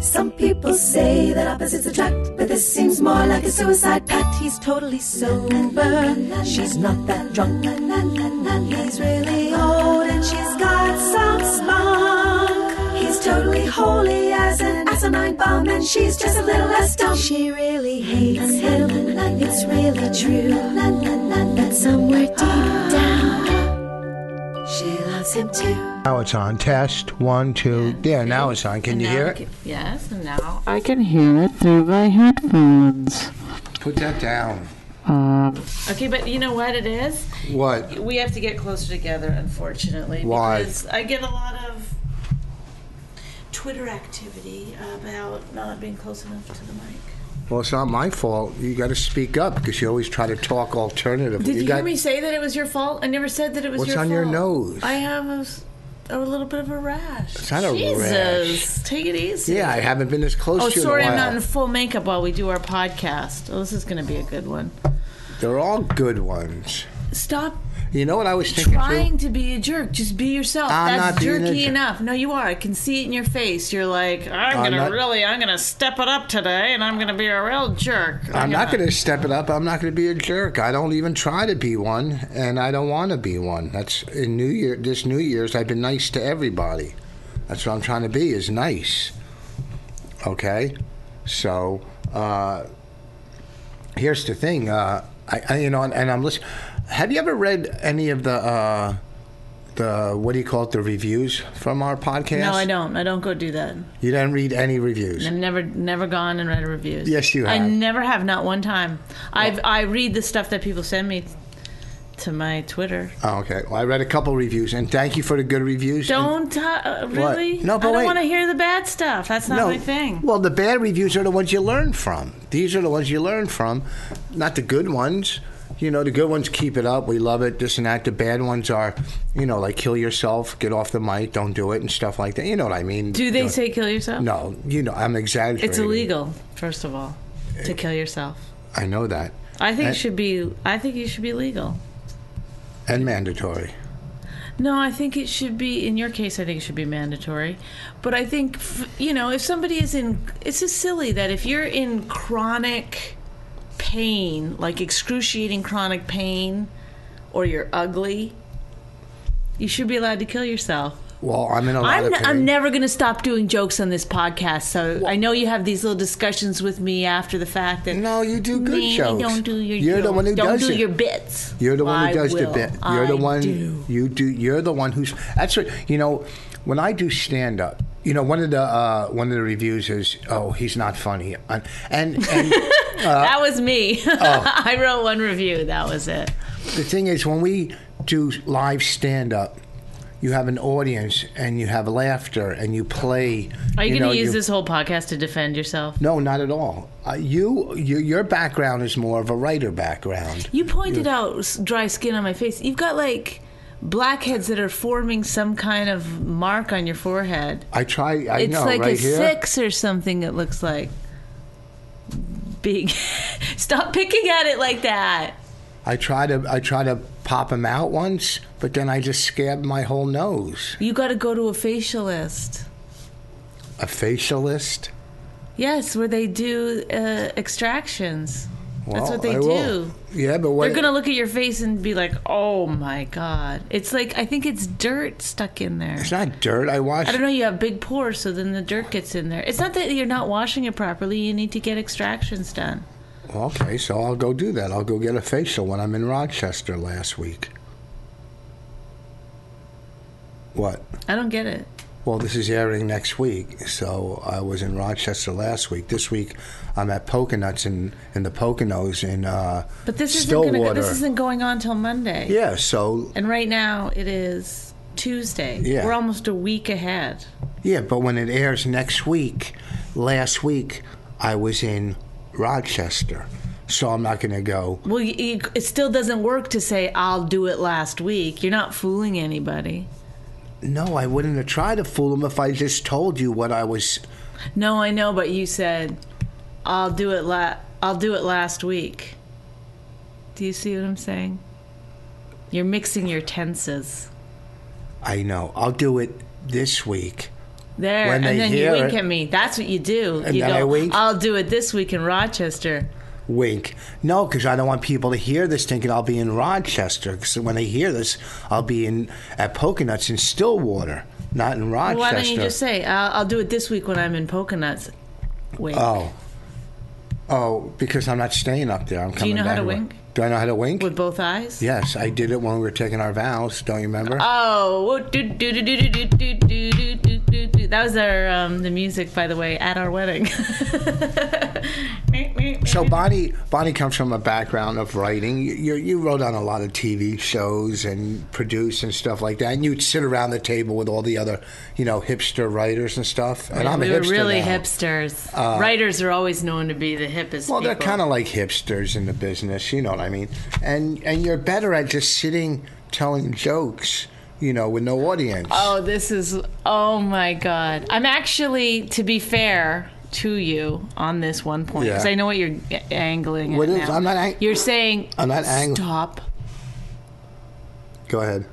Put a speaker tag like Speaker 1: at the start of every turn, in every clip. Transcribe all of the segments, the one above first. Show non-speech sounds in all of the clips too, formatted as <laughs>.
Speaker 1: Some people say that opposites attract, but this seems more like a suicide pact. He's totally sober, she's not that drunk. He's really old and she's got some spunk. He's totally holy as an asinine bomb, and she's just a little less dumb. She really hates him, it's really true. But somewhere deep down, she loves him too.
Speaker 2: Now it's on. Test one, two. Yeah, now it's on. Can you hear it?
Speaker 3: Yes, and now
Speaker 4: I can hear it through my headphones.
Speaker 2: Put that down.
Speaker 3: okay, but you know what it is?
Speaker 2: What?
Speaker 3: We have to get closer together, unfortunately.
Speaker 2: Why?
Speaker 3: Because I get a lot of Twitter activity about not being close enough to the mic.
Speaker 2: Well, it's not my fault. You got to speak up because you always try to talk alternatively.
Speaker 3: Did you,
Speaker 2: got,
Speaker 3: hear me say that it was your fault? I never said that it was
Speaker 2: What's
Speaker 3: your fault.
Speaker 2: on your nose?
Speaker 3: I have a, s- a little bit of a rash.
Speaker 2: It's not a
Speaker 3: Jesus, take it easy.
Speaker 2: Yeah, I haven't been this close
Speaker 3: Oh,
Speaker 2: to you
Speaker 3: sorry,
Speaker 2: in a
Speaker 3: I'm
Speaker 2: while.
Speaker 3: not in full makeup while we do our podcast. Oh, this is going to be a good one.
Speaker 2: They're all good ones.
Speaker 3: Stop
Speaker 2: You know what I was thinking? too?
Speaker 3: trying to be a jerk. Just be yourself.
Speaker 2: I'm
Speaker 3: That's
Speaker 2: not being a
Speaker 3: jerky
Speaker 2: jerk.
Speaker 3: enough. No, you are. I can see it in your face. You're like,
Speaker 2: I'm
Speaker 3: I'm, gonna
Speaker 2: not-
Speaker 3: really, I'm gonna step it up today, and I'm gonna be a real jerk.
Speaker 2: I'm not going to step it up. I'm not going to be a jerk. I don't even try to be one, and I don't want to be one. That's in New Year. This New Year's, I've been nice to everybody. That's what I'm trying to be is nice. Okay, so uh, here's the thing. Uh, I, I, you know, and, and I'm listening. Have you ever read any of the uh, the what do you call it? The reviews from our podcast?
Speaker 3: No, I don't. I don't go do that.
Speaker 2: You didn't read any reviews.
Speaker 3: I've never, never gone and read reviews.
Speaker 2: Yes, you
Speaker 3: I
Speaker 2: have.
Speaker 3: never have. Not one time. I've, I read the stuff that people send me to my Twitter.
Speaker 2: Oh, okay. Well, I read a couple reviews, and thank you for the good reviews. and-
Speaker 3: Don't uh, really.
Speaker 2: No, but
Speaker 3: I don't
Speaker 2: wait.
Speaker 3: want to hear the bad stuff. That's not my thing.
Speaker 2: Well, the bad reviews are the ones you learn from. These are the ones you learn from, not the good ones. You know, the good ones keep it up. We love it, this and that. The bad ones are, you know, like kill yourself, get off the mic, don't do it, and stuff like that. You know what I mean?
Speaker 3: Do they say kill yourself?
Speaker 2: No, you know, I'm exaggerating.
Speaker 3: It's illegal, first of all, to kill yourself.
Speaker 2: I know that.
Speaker 3: I think
Speaker 2: I-
Speaker 3: it should be. I think it should be legal.
Speaker 2: And mandatory.
Speaker 3: No, I think it should be. In your case, I think it should be mandatory. But I think f- you know, if somebody is in, it's just silly that if you're in chronic pain, like excruciating chronic pain, or you're ugly, you should be allowed to kill yourself.
Speaker 2: Well, I'm in a lot
Speaker 3: I'm,
Speaker 2: of
Speaker 3: n-
Speaker 2: pain.
Speaker 3: I'm never going to stop doing jokes on this podcast. So I know you have these little discussions with me after the fact. That
Speaker 2: No, you do good
Speaker 3: Maybe
Speaker 2: jokes.
Speaker 3: Don't do your.
Speaker 2: You're the
Speaker 3: jokes.
Speaker 2: one who
Speaker 3: don't
Speaker 2: does
Speaker 3: do
Speaker 2: it.
Speaker 3: your bits.
Speaker 2: You're the one
Speaker 3: I
Speaker 2: who does
Speaker 3: will.
Speaker 2: the bit. You're the
Speaker 3: I
Speaker 2: one
Speaker 3: do.
Speaker 2: you do. You're the one who's. That's what you know. When I do stand up, you know, one of the uh, one of the reviews is, "Oh, he's not funny," and and,
Speaker 3: <laughs>
Speaker 2: and uh,
Speaker 3: that
Speaker 2: <laughs>
Speaker 3: was me.
Speaker 2: Oh.
Speaker 3: I wrote one review. That was it.
Speaker 2: the thing is, when we do live stand up, you have an audience and you have laughter and you play.
Speaker 3: Are you, going
Speaker 2: know,
Speaker 3: to use
Speaker 2: you-
Speaker 3: this whole podcast to defend yourself?
Speaker 2: No, not at all. Uh, you, you, your background is more of a writer background.
Speaker 3: You pointed out s- dry skin on my face. You've got like blackheads that are forming some kind of mark on your forehead.
Speaker 2: I try. I
Speaker 3: It's
Speaker 2: know
Speaker 3: like
Speaker 2: right
Speaker 3: a
Speaker 2: here.
Speaker 3: six or something. It looks like big. <laughs> Stop picking at it like that.
Speaker 2: I try to I try to pop him out once, but then I just scabbed my whole nose.
Speaker 3: You got to go to a facialist.
Speaker 2: A facialist.
Speaker 3: Yes, where they do uh, extractions. That's
Speaker 2: Well,
Speaker 3: what they
Speaker 2: I
Speaker 3: do.
Speaker 2: will. Yeah, but what?
Speaker 3: They're gonna look at your face and be like, "Oh my god!" It's like I think it's dirt stuck in there.
Speaker 2: It's not dirt. I washed.
Speaker 3: I don't know. You have big pores, so then the dirt gets in there. It's not that you're not washing it properly. You need to get extractions done.
Speaker 2: Okay, so I'll go do that. I'll go get a facial when I'm in Rochester last week. What?
Speaker 3: I don't get it.
Speaker 2: Well, this is airing next week, so I was in Rochester last week. This week, I'm at Poconuts in in the Poconos in uh,
Speaker 3: But this isn't
Speaker 2: Stillwater.
Speaker 3: gonna. Go, this isn't going on till Monday.
Speaker 2: yeah, so
Speaker 3: And right now it is Tuesday.
Speaker 2: Yeah.
Speaker 3: We're almost a week ahead.
Speaker 2: Yeah, but when it airs next week, last week I was in Rochester. so I'm not going to go.
Speaker 3: Well, you, you, it still doesn't work to say I'll do it last week. You're not fooling anybody.
Speaker 2: No, I wouldn't have tried to fool him if I just told you what I was.
Speaker 3: No, I know, but you said I'll do it la- I'll do it last week. Do you see what I'm saying? You're mixing your tenses.
Speaker 2: I know. I'll do it this week.
Speaker 3: There,
Speaker 2: When they
Speaker 3: and then you
Speaker 2: hear
Speaker 3: wink
Speaker 2: it-
Speaker 3: at me. That's what you do.
Speaker 2: And
Speaker 3: you
Speaker 2: then
Speaker 3: go,
Speaker 2: I wink?
Speaker 3: I'll do it this week in Rochester.
Speaker 2: Wink. No, because I don't want people to hear this thinking I'll be in Rochester. Because when they hear this, I'll be in at Poconuts in Stillwater, not in Rochester.
Speaker 3: Why don't you just say, I'll, I'll do it this week when I'm in Poconuts? Wink.
Speaker 2: Oh. Oh, because I'm not staying up there. I'm coming
Speaker 3: know how
Speaker 2: back.
Speaker 3: to wink?
Speaker 2: Do I know how to wink?
Speaker 3: With both eyes?
Speaker 2: yes, I did it when we were taking our vows. Don't you remember?
Speaker 3: Oh, do, do, do, do, do, do, do, do, do, do, do, do. that was our um, the music, by the way, at our wedding. <laughs>
Speaker 2: so Bonnie, Bonnie comes from a background of writing. You, you you wrote on a lot of TV shows and produced and stuff like that. And you'd sit around the table with all the other, you know, hipster writers and stuff. And I'm
Speaker 3: we
Speaker 2: a
Speaker 3: were
Speaker 2: hipster
Speaker 3: really
Speaker 2: now. Uh,
Speaker 3: hipsters. Writers are always known to be the hippest.
Speaker 2: Well, they're
Speaker 3: people.
Speaker 2: kind of like hipsters in the business, you know what I mean? And and you're better at just sitting telling jokes, you know, with no audience.
Speaker 3: Oh, this is. Oh my God. I'm actually, to be fair to you on this one point, because
Speaker 2: Yeah.
Speaker 3: I know what you're a- angling.
Speaker 2: What
Speaker 3: at
Speaker 2: is-
Speaker 3: now.
Speaker 2: I'm not ang-
Speaker 3: You're saying.
Speaker 2: I'm not ang-
Speaker 3: Stop.
Speaker 2: Go ahead.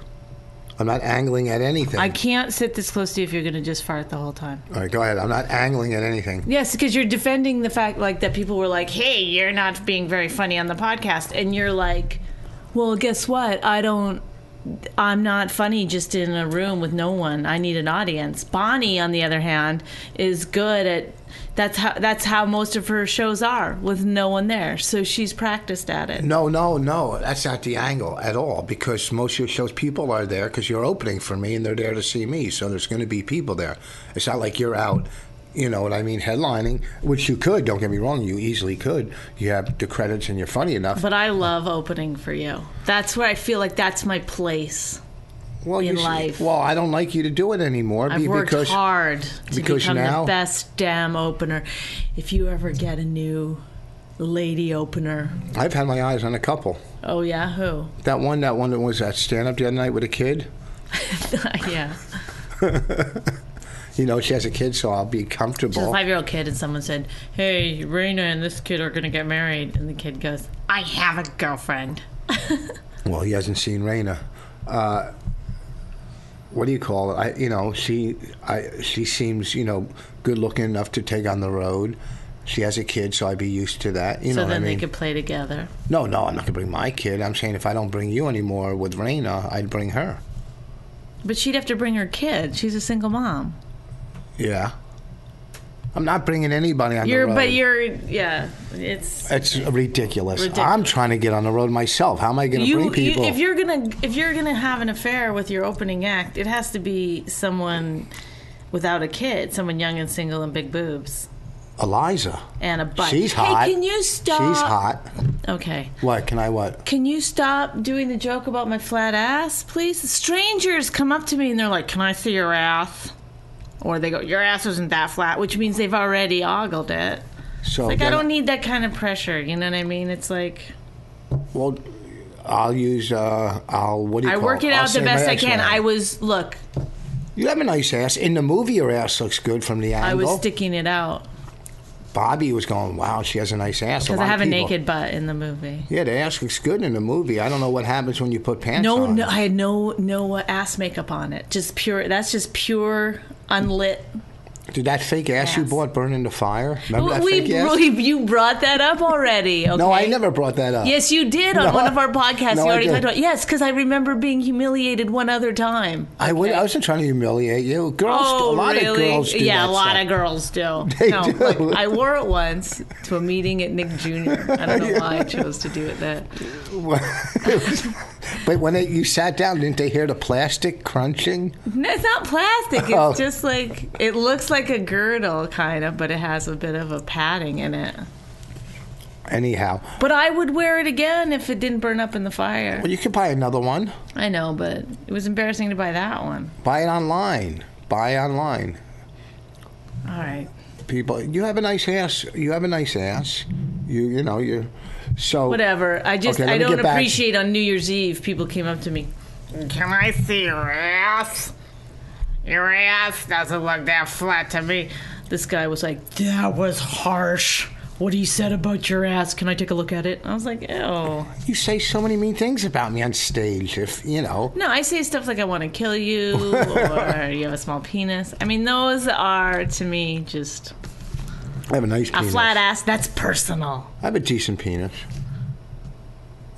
Speaker 2: I'm not angling at anything.
Speaker 3: I can't sit this close to you if you're going to just fart the whole time.
Speaker 2: All right, go ahead. I'm not angling at anything.
Speaker 3: Yes, because you're defending the fact like that people were like, "Hey, you're not being very funny on the podcast," and you're like, "Well, guess what? I don't. I'm not funny just in a room with no one. I need an audience." Bonnie, on the other hand, is good at. That's how that's how most of her shows are with no one there. So she's practiced at it.
Speaker 2: No, no, no. That's not the angle at all because most of your shows, people are there because you're opening for me and they're there to see me. So there's going to be people there. It's not like you're out, you know what I mean, headlining, which you could, don't get me wrong, you easily could. You have the credits and you're funny enough.
Speaker 3: But I love opening for you. That's where I feel like that's my place.
Speaker 2: well,
Speaker 3: in
Speaker 2: you, s-
Speaker 3: life.
Speaker 2: Well, I don't like you to do it anymore
Speaker 3: I've
Speaker 2: be-
Speaker 3: worked
Speaker 2: because
Speaker 3: hard to
Speaker 2: because
Speaker 3: become
Speaker 2: now-
Speaker 3: the best damn opener. If you ever get a new lady opener,
Speaker 2: I've had my eyes on a couple.
Speaker 3: oh yeah, who? <laughs>
Speaker 2: That one, that one that was at stand up the other night with a kid.
Speaker 3: yeah,
Speaker 2: You know, she has a kid, so I'll be comfortable.
Speaker 3: a five-year-old kid, and someone said, "Hey, Raina and this kid are gonna get married," and the kid goes, "I have a girlfriend."
Speaker 2: Well, he hasn't seen Raina. Uh, what do you call it? I, you know, she, I, she seems, you know, good looking enough to take on the road. She has a kid, so I'd be used to that. You
Speaker 3: so
Speaker 2: know what I
Speaker 3: then
Speaker 2: mean?
Speaker 3: they could play together.
Speaker 2: No, no, I'm not gonna bring my kid. I'm saying if I don't bring you anymore with Raina, I'd bring her.
Speaker 3: But she'd have to bring her kid. She's a single mom.
Speaker 2: Yeah. I'm not bringing anybody on
Speaker 3: you're,
Speaker 2: the road.
Speaker 3: but you're, yeah. It's
Speaker 2: It's ridiculous.
Speaker 3: Ridiculous.
Speaker 2: I'm trying to get on the road myself. How am I gonna bring people?
Speaker 3: if you're gonna if you're gonna have an affair with your opening act, it has to be someone without a kid, someone young and single and big boobs
Speaker 2: Eliza.
Speaker 3: and a butt.
Speaker 2: She's
Speaker 3: Hey,
Speaker 2: hot.
Speaker 3: can you stop?
Speaker 2: She's hot.
Speaker 3: Okay.
Speaker 2: What? Can I what?
Speaker 3: Can you stop doing the joke about my flat ass, please? Strangers come up to me and they're like, "Can I see your ass?" Or they go, "Your ass isn't that flat," which means they've already ogled it.
Speaker 2: So
Speaker 3: Like I
Speaker 2: then-
Speaker 3: don't need that kind of pressure. You know what I mean? It's like
Speaker 2: Well, I'll use. Uh, I'll. What do you
Speaker 3: I
Speaker 2: call
Speaker 3: work it
Speaker 2: I'll
Speaker 3: out
Speaker 2: say
Speaker 3: the
Speaker 2: my
Speaker 3: best I
Speaker 2: ass
Speaker 3: can.
Speaker 2: out.
Speaker 3: I was look.
Speaker 2: you have a nice ass. In the movie, your ass looks good from the angle.
Speaker 3: I was sticking it out.
Speaker 2: Bobby was going, "Wow, she has a nice ass."
Speaker 3: Because I
Speaker 2: lot
Speaker 3: have
Speaker 2: of
Speaker 3: a
Speaker 2: people-
Speaker 3: naked butt in the movie.
Speaker 2: Yeah, the ass looks good in the movie. I don't know what happens when you put pants
Speaker 3: No,
Speaker 2: on.
Speaker 3: no, I had no no uh, ass makeup on it. Just pure. That's just pure unlit.
Speaker 2: Did that fake ass you
Speaker 3: Yes.
Speaker 2: brought burn in the fire? Remember that
Speaker 3: we,
Speaker 2: fake ass?
Speaker 3: we you brought that up already. Okay?
Speaker 2: no, I never brought that up.
Speaker 3: Yes, you did on
Speaker 2: No,
Speaker 3: one of our podcasts.
Speaker 2: no,
Speaker 3: you
Speaker 2: I
Speaker 3: already
Speaker 2: didn't.
Speaker 3: talked about. Yes, because I remember being humiliated one other time.
Speaker 2: I, would, I wasn't trying to humiliate you. Girls, a
Speaker 3: Oh,
Speaker 2: lot
Speaker 3: really?
Speaker 2: of girls do
Speaker 3: yeah,
Speaker 2: that
Speaker 3: a lot
Speaker 2: stuff.
Speaker 3: of girls do.
Speaker 2: <laughs> They
Speaker 3: no,
Speaker 2: do.
Speaker 3: look, I wore it once to a meeting at Nick Jr.
Speaker 2: <laughs>
Speaker 3: I don't know why I chose to do it that.
Speaker 2: But when they, you sat down, didn't they hear the plastic crunching?
Speaker 3: No, it's not plastic. It's
Speaker 2: Oh.
Speaker 3: just like it looks like a girdle, kind of, but it has a bit of a padding in it.
Speaker 2: Anyhow,
Speaker 3: But I would wear it again if it didn't burn up in the fire.
Speaker 2: well, you could buy another one.
Speaker 3: I know, but it was embarrassing to buy that one.
Speaker 2: Buy it online. Buy online.
Speaker 3: All right.
Speaker 2: People, you have a nice ass. You have a nice ass. You, you know, you. So
Speaker 3: Whatever. I just
Speaker 2: Okay, let
Speaker 3: I
Speaker 2: me
Speaker 3: don't
Speaker 2: get back-
Speaker 3: appreciate on New Year's Eve people came up to me.
Speaker 5: Can I see your ass? Your ass doesn't look that flat to me.
Speaker 3: This guy was like, "That was harsh. What he said about your ass. Can I take a look at it?" I was like, "Oh."
Speaker 2: You say so many mean things about me on stage. If you know,
Speaker 3: No, I say stuff like I want to
Speaker 2: <laughs>
Speaker 3: kill you or you have a small penis. I mean, those are to me just
Speaker 2: I have a nice
Speaker 3: a
Speaker 2: penis.
Speaker 3: flat ass. That's personal.
Speaker 2: I have a decent penis.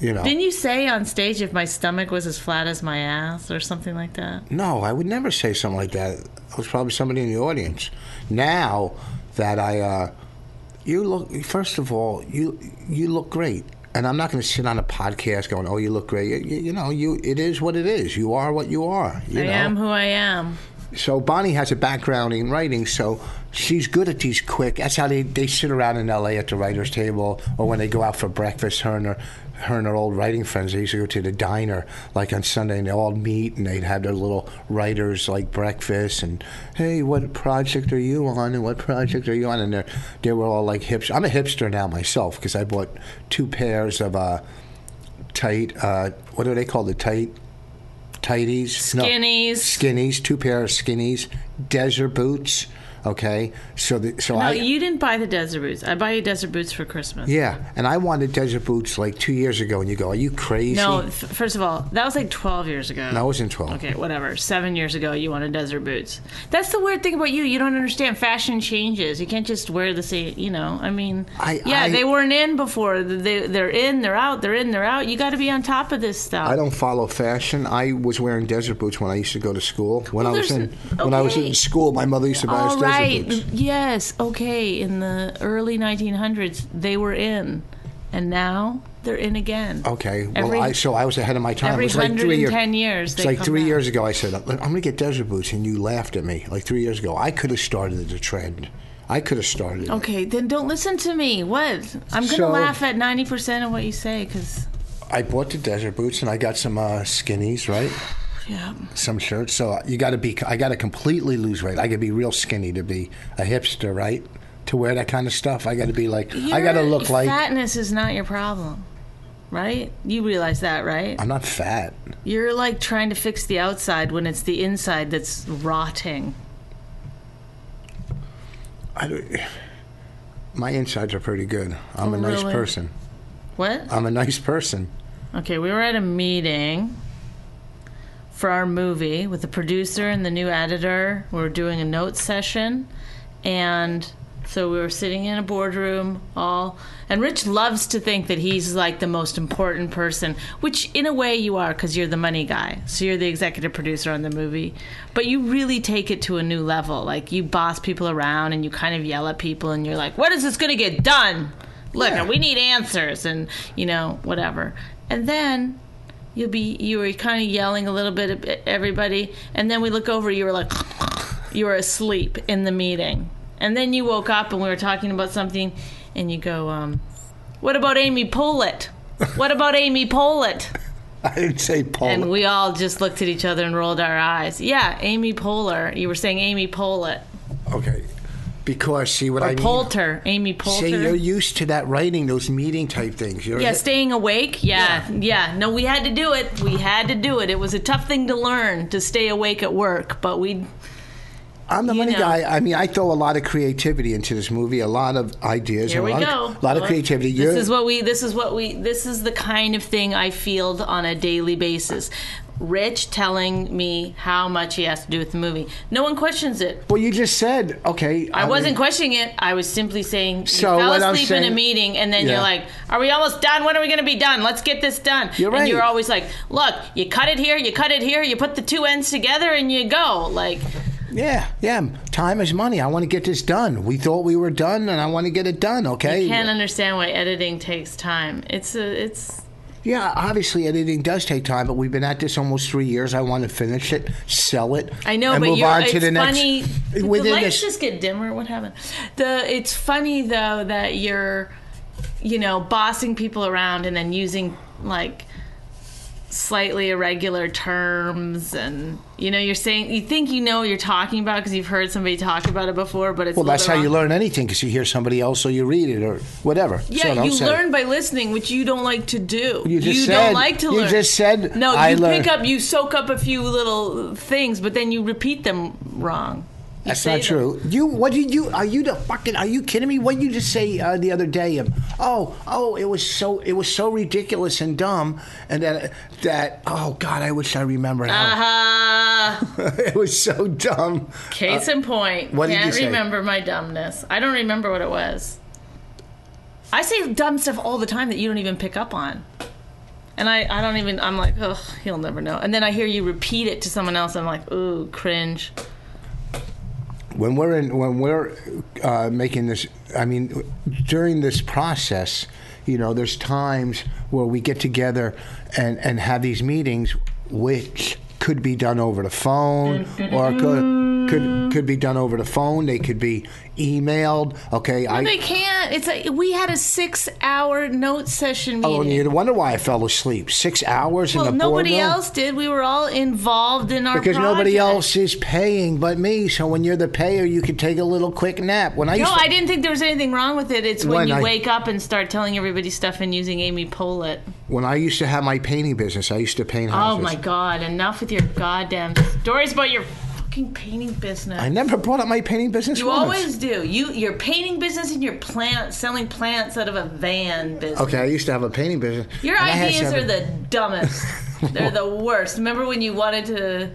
Speaker 2: You know.
Speaker 3: Didn't you say on stage if my stomach was as flat as my ass or something like that?
Speaker 2: No, I would never say something like that. It was probably somebody in the audience. Now that I, uh, you look. First of all, you you look great, and I'm not going to sit on a podcast going, "Oh, you look great." You, you know, you it is what it is. You are what you are. You
Speaker 3: I
Speaker 2: know?
Speaker 3: am who I am.
Speaker 2: So Bonnie has a background in writing, so she's good at these quick. That's how they, they sit around in L.A. at the writers' table, or when they go out for breakfast. Her and her, her and her old writing friends they used to go to the diner like on Sunday, and they all meet and they'd have their little writers like breakfast and hey, what project are you on, and what project are you on, and they they were all like hipster. I'm a hipster now myself because I bought two pairs of uh, tight uh, what are they called the tight tighties
Speaker 3: Skinnies.
Speaker 2: skinnies, two pair of skinnies, desert boots. Okay, so the, so
Speaker 3: No,
Speaker 2: I
Speaker 3: you didn't buy the desert boots. I buy you desert boots for Christmas.
Speaker 2: yeah, and I wanted desert boots like two years ago, and you go, are you crazy?
Speaker 3: No, f- first of all, that was like 12 years ago.
Speaker 2: I wasn't twelve.
Speaker 3: Okay, whatever. Seven years ago, you wanted desert boots. That's the weird thing about you. You don't understand fashion changes. You can't just wear the same. You know, I mean,
Speaker 2: I-
Speaker 3: yeah,
Speaker 2: I-
Speaker 3: they weren't in before. They they're in, they're out, they're in, they're out. You got to be on top of this stuff.
Speaker 2: I don't follow fashion. I was wearing desert boots when I used to go to school. When I was in
Speaker 3: there's-
Speaker 2: when I was
Speaker 3: okay.
Speaker 2: in school, my mother used to buy us
Speaker 3: All
Speaker 2: desert boots.
Speaker 3: right. Yes. Okay. In the early 1900s, they were in, and now they're in again.
Speaker 2: Okay, well,
Speaker 3: Every-
Speaker 2: I, so I was ahead of my time.
Speaker 3: every
Speaker 2: it was like three year-
Speaker 3: 110 years,
Speaker 2: It's
Speaker 3: they
Speaker 2: like
Speaker 3: come
Speaker 2: three
Speaker 3: back.
Speaker 2: years ago. I said, "I'm going to get desert boots," and you laughed at me. Like three years ago, I could have started the trend. I could have started. it.
Speaker 3: Okay, then don't listen to me. What? I'm gonna
Speaker 2: So-
Speaker 3: laugh at 90% of what you say, cause
Speaker 2: I bought the desert boots and I got some uh, skinnies, right?
Speaker 3: yeah.
Speaker 2: Some shirts. So you got to be. I got to completely lose weight. I got to be real skinny to be a hipster, right? To wear that kind of stuff, I got to be like. I got to
Speaker 3: Your
Speaker 2: look like.
Speaker 3: fatness is not your problem, right? You realize that, right?
Speaker 2: I'm not fat.
Speaker 3: You're like trying to fix the outside when it's the inside that's rotting.
Speaker 2: I don't, my insides are pretty good. I'm a nice
Speaker 3: Really?
Speaker 2: person.
Speaker 3: What?
Speaker 2: I'm a nice person. <laughs>
Speaker 3: Okay, we were at a meeting for our movie with the producer and the new editor. We were doing a note session, and so we were sitting in a boardroom all. And Rich loves to think that he's like the most important person, which in a way you are because you're the money guy. So you're the executive producer on the movie. But you really take it to a new level. Like you boss people around and you kind of yell at people and you're like, what is this going to get done? look we need answers and you know whatever and then you'll be you were kind of yelling a little bit at everybody and then we look over you were like you were asleep in the meeting and then you woke up and we were talking about something and you go um what about amy Poehler? what about amy Poehler?
Speaker 2: I didn't say Paul.
Speaker 3: and we all just looked at each other and rolled our eyes yeah amy Poehler. you were saying amy Poehler.
Speaker 2: okay, because see what I
Speaker 3: or
Speaker 2: mean.
Speaker 3: polter amy Poulter.
Speaker 2: See, you're used to that writing, those meeting type things. You're
Speaker 3: Yeah, staying awake. Yeah, yeah, No, we had to do it. We had to do it. It was a tough thing to learn to stay awake at work, but we.
Speaker 2: I'm the
Speaker 3: You
Speaker 2: money
Speaker 3: know.
Speaker 2: guy. I mean, I throw a lot of creativity into this movie, a lot of ideas,
Speaker 3: Here
Speaker 2: a
Speaker 3: we
Speaker 2: lot,
Speaker 3: go.
Speaker 2: Of, a lot of
Speaker 3: Look,
Speaker 2: creativity.
Speaker 3: This
Speaker 2: You're-
Speaker 3: is what we. This is what we. This is the kind of thing I field on a daily basis. Rich telling me how much he has to do with the movie. No one questions it.
Speaker 2: well, you just said, okay.
Speaker 3: I, wasn't
Speaker 2: mean,
Speaker 3: questioning it. I was simply saying you
Speaker 2: So
Speaker 3: fell
Speaker 2: what I'm
Speaker 3: asleep in
Speaker 2: saying-
Speaker 3: a meeting, and then
Speaker 2: Yeah.
Speaker 3: you're like, "Are we almost done? When are we going to be done? Let's get this done."
Speaker 2: You're
Speaker 3: And you're
Speaker 2: right.
Speaker 3: always like, "Look, you cut it here, you cut it here, you put the two ends together, and you go." Like,
Speaker 2: Yeah, yeah. Time is money. I want to get this done. We thought we were done, and I want to get it done. Okay.
Speaker 3: can't understand why editing takes time. It's a, it's.
Speaker 2: Yeah, obviously editing does take time, but we've been at this almost three years. I want to finish it, sell it.
Speaker 3: I know,
Speaker 2: and
Speaker 3: but
Speaker 2: move
Speaker 3: you're,
Speaker 2: on
Speaker 3: it's
Speaker 2: to the <laughs>
Speaker 3: funny.
Speaker 2: next.
Speaker 3: Did the
Speaker 2: within
Speaker 3: lights
Speaker 2: this-
Speaker 3: just get dimmer. What happened? The it's funny though that you're, you know, bossing people around and then using like slightly irregular terms and you know you're saying you think you know what you're talking about because you've heard somebody talk about it before but it's
Speaker 2: Well, that's how you
Speaker 3: learn.
Speaker 2: learn anything because you hear somebody else or you read it or whatever.
Speaker 3: Yeah,
Speaker 2: so don't
Speaker 3: you
Speaker 2: say it.
Speaker 3: learn by listening, which you don't like to do.
Speaker 2: You just
Speaker 3: don't
Speaker 2: said-
Speaker 3: like to
Speaker 2: you
Speaker 3: learn.
Speaker 2: just said,
Speaker 3: no.
Speaker 2: "I
Speaker 3: you
Speaker 2: learn."
Speaker 3: pick up, you soak up a few little things, but then you repeat them wrong. You
Speaker 2: That's
Speaker 3: say
Speaker 2: not
Speaker 3: them.
Speaker 2: true. You what did you are you the fucking are you kidding me? What did you just say uh, the other day? Um, oh oh, it was so it was so ridiculous and dumb, and that that oh god, I wish I remembered. How,
Speaker 3: Uh,
Speaker 2: <laughs> it was so dumb.
Speaker 3: case in point.
Speaker 2: Uh, what did you
Speaker 3: Can't
Speaker 2: say?
Speaker 3: remember my dumbness. I don't remember what it was. I say dumb stuff all the time that you don't even pick up on. And I, I don't even, I'm like, ugh, he'll never know. And then I hear you repeat it to someone else. I'm like, ooh, cringe.
Speaker 2: When we're in when we're uh, making this, I mean, during this process, you know, there's times where we get together and and have these meetings, which could be done over the phone or could could could be done over the phone. They could be emailed. Okay, I.
Speaker 3: They can't. It's like we had a six-hour note session meeting.
Speaker 2: Oh, and you wonder why I fell asleep. Six hours
Speaker 3: well,
Speaker 2: in the
Speaker 3: nobody
Speaker 2: boardroom?
Speaker 3: else did. We were all involved in our
Speaker 2: Because
Speaker 3: project.
Speaker 2: nobody else is paying but me. So when you're the payer, you can take a little quick nap. When I
Speaker 3: No,
Speaker 2: used to,
Speaker 3: I didn't think there was anything wrong with it. It's when,
Speaker 2: When
Speaker 3: you
Speaker 2: I-
Speaker 3: wake up and start telling everybody stuff and using Amy Pollitt.
Speaker 2: when I used to have my painting business, I used to paint
Speaker 3: Oh
Speaker 2: houses.
Speaker 3: my God! Enough with your goddamn stories about your fucking painting business.
Speaker 2: I never brought up my painting business.
Speaker 3: you
Speaker 2: once.
Speaker 3: always do. You your painting business and your plant selling plants out of a van business.
Speaker 2: Okay, I used to have a painting business.
Speaker 3: Your
Speaker 2: Oh, and I had
Speaker 3: ideas are
Speaker 2: seven-
Speaker 3: the
Speaker 2: <laughs>
Speaker 3: dumbest. They're the worst. Remember when you wanted to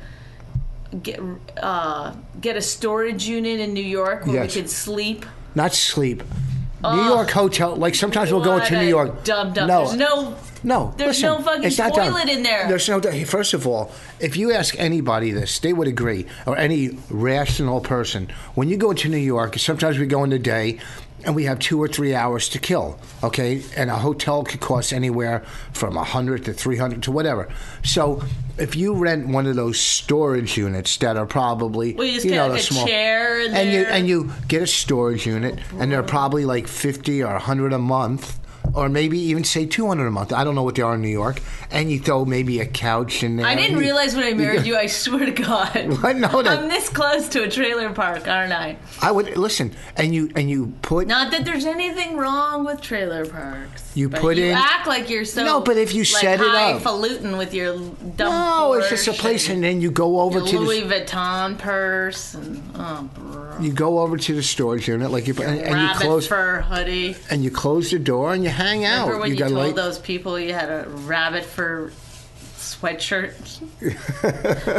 Speaker 3: get uh, get a storage unit in New York where
Speaker 2: Yes.
Speaker 3: we could sleep?
Speaker 2: not sleep. New York hotel. Like sometimes we'll go
Speaker 3: Oh. What
Speaker 2: into
Speaker 3: a
Speaker 2: New York.
Speaker 3: Dumb, dumb.
Speaker 2: No,
Speaker 3: There's no.
Speaker 2: No,
Speaker 3: There's
Speaker 2: listen,
Speaker 3: no fucking
Speaker 2: it's not done.
Speaker 3: toilet in there.
Speaker 2: There's no. Hey, First of all, if you ask anybody this, they would agree, or any rational person. When you go into New York, sometimes we go in the day, and we have two or three hours to kill. Okay, and a hotel could cost anywhere from a hundred to three hundred to whatever. So if you rent one of those storage units that are probably
Speaker 3: Well, you just
Speaker 2: know
Speaker 3: get
Speaker 2: the
Speaker 3: like a
Speaker 2: small,
Speaker 3: chair in
Speaker 2: and you
Speaker 3: there.
Speaker 2: and you get a storage unit, and they're probably like fifty or hundred a month, or maybe even say two hundred a month. I don't know what they are in New York. And you throw maybe a couch in there.
Speaker 3: I didn't
Speaker 2: You-
Speaker 3: realize when I
Speaker 2: <laughs>
Speaker 3: married you. I swear to God.
Speaker 2: What? No, that-
Speaker 3: I'm this close to a trailer park, aren't I?
Speaker 2: I would listen, and you and you put
Speaker 3: Not that there's anything wrong with trailer parks.
Speaker 2: You
Speaker 3: but
Speaker 2: put
Speaker 3: you
Speaker 2: in-
Speaker 3: act like you're so
Speaker 2: No, but if you
Speaker 3: like,
Speaker 2: set it up-
Speaker 3: highfalutin with your dumb.
Speaker 2: no, Oh, it's just a
Speaker 3: Porsche
Speaker 2: place,
Speaker 3: and-
Speaker 2: and then you go over
Speaker 3: Your
Speaker 2: to
Speaker 3: Louis
Speaker 2: the
Speaker 3: Vuitton purse and oh, bro.
Speaker 2: you go over to the storage unit, like you and, and you
Speaker 3: rabbit
Speaker 2: close
Speaker 3: fur hoodie.
Speaker 2: and you close the door and you hang out.
Speaker 3: Remember when you,
Speaker 2: got
Speaker 3: told
Speaker 2: like
Speaker 3: those people you had a rabbit fur
Speaker 2: <laughs>
Speaker 3: sweatshirt?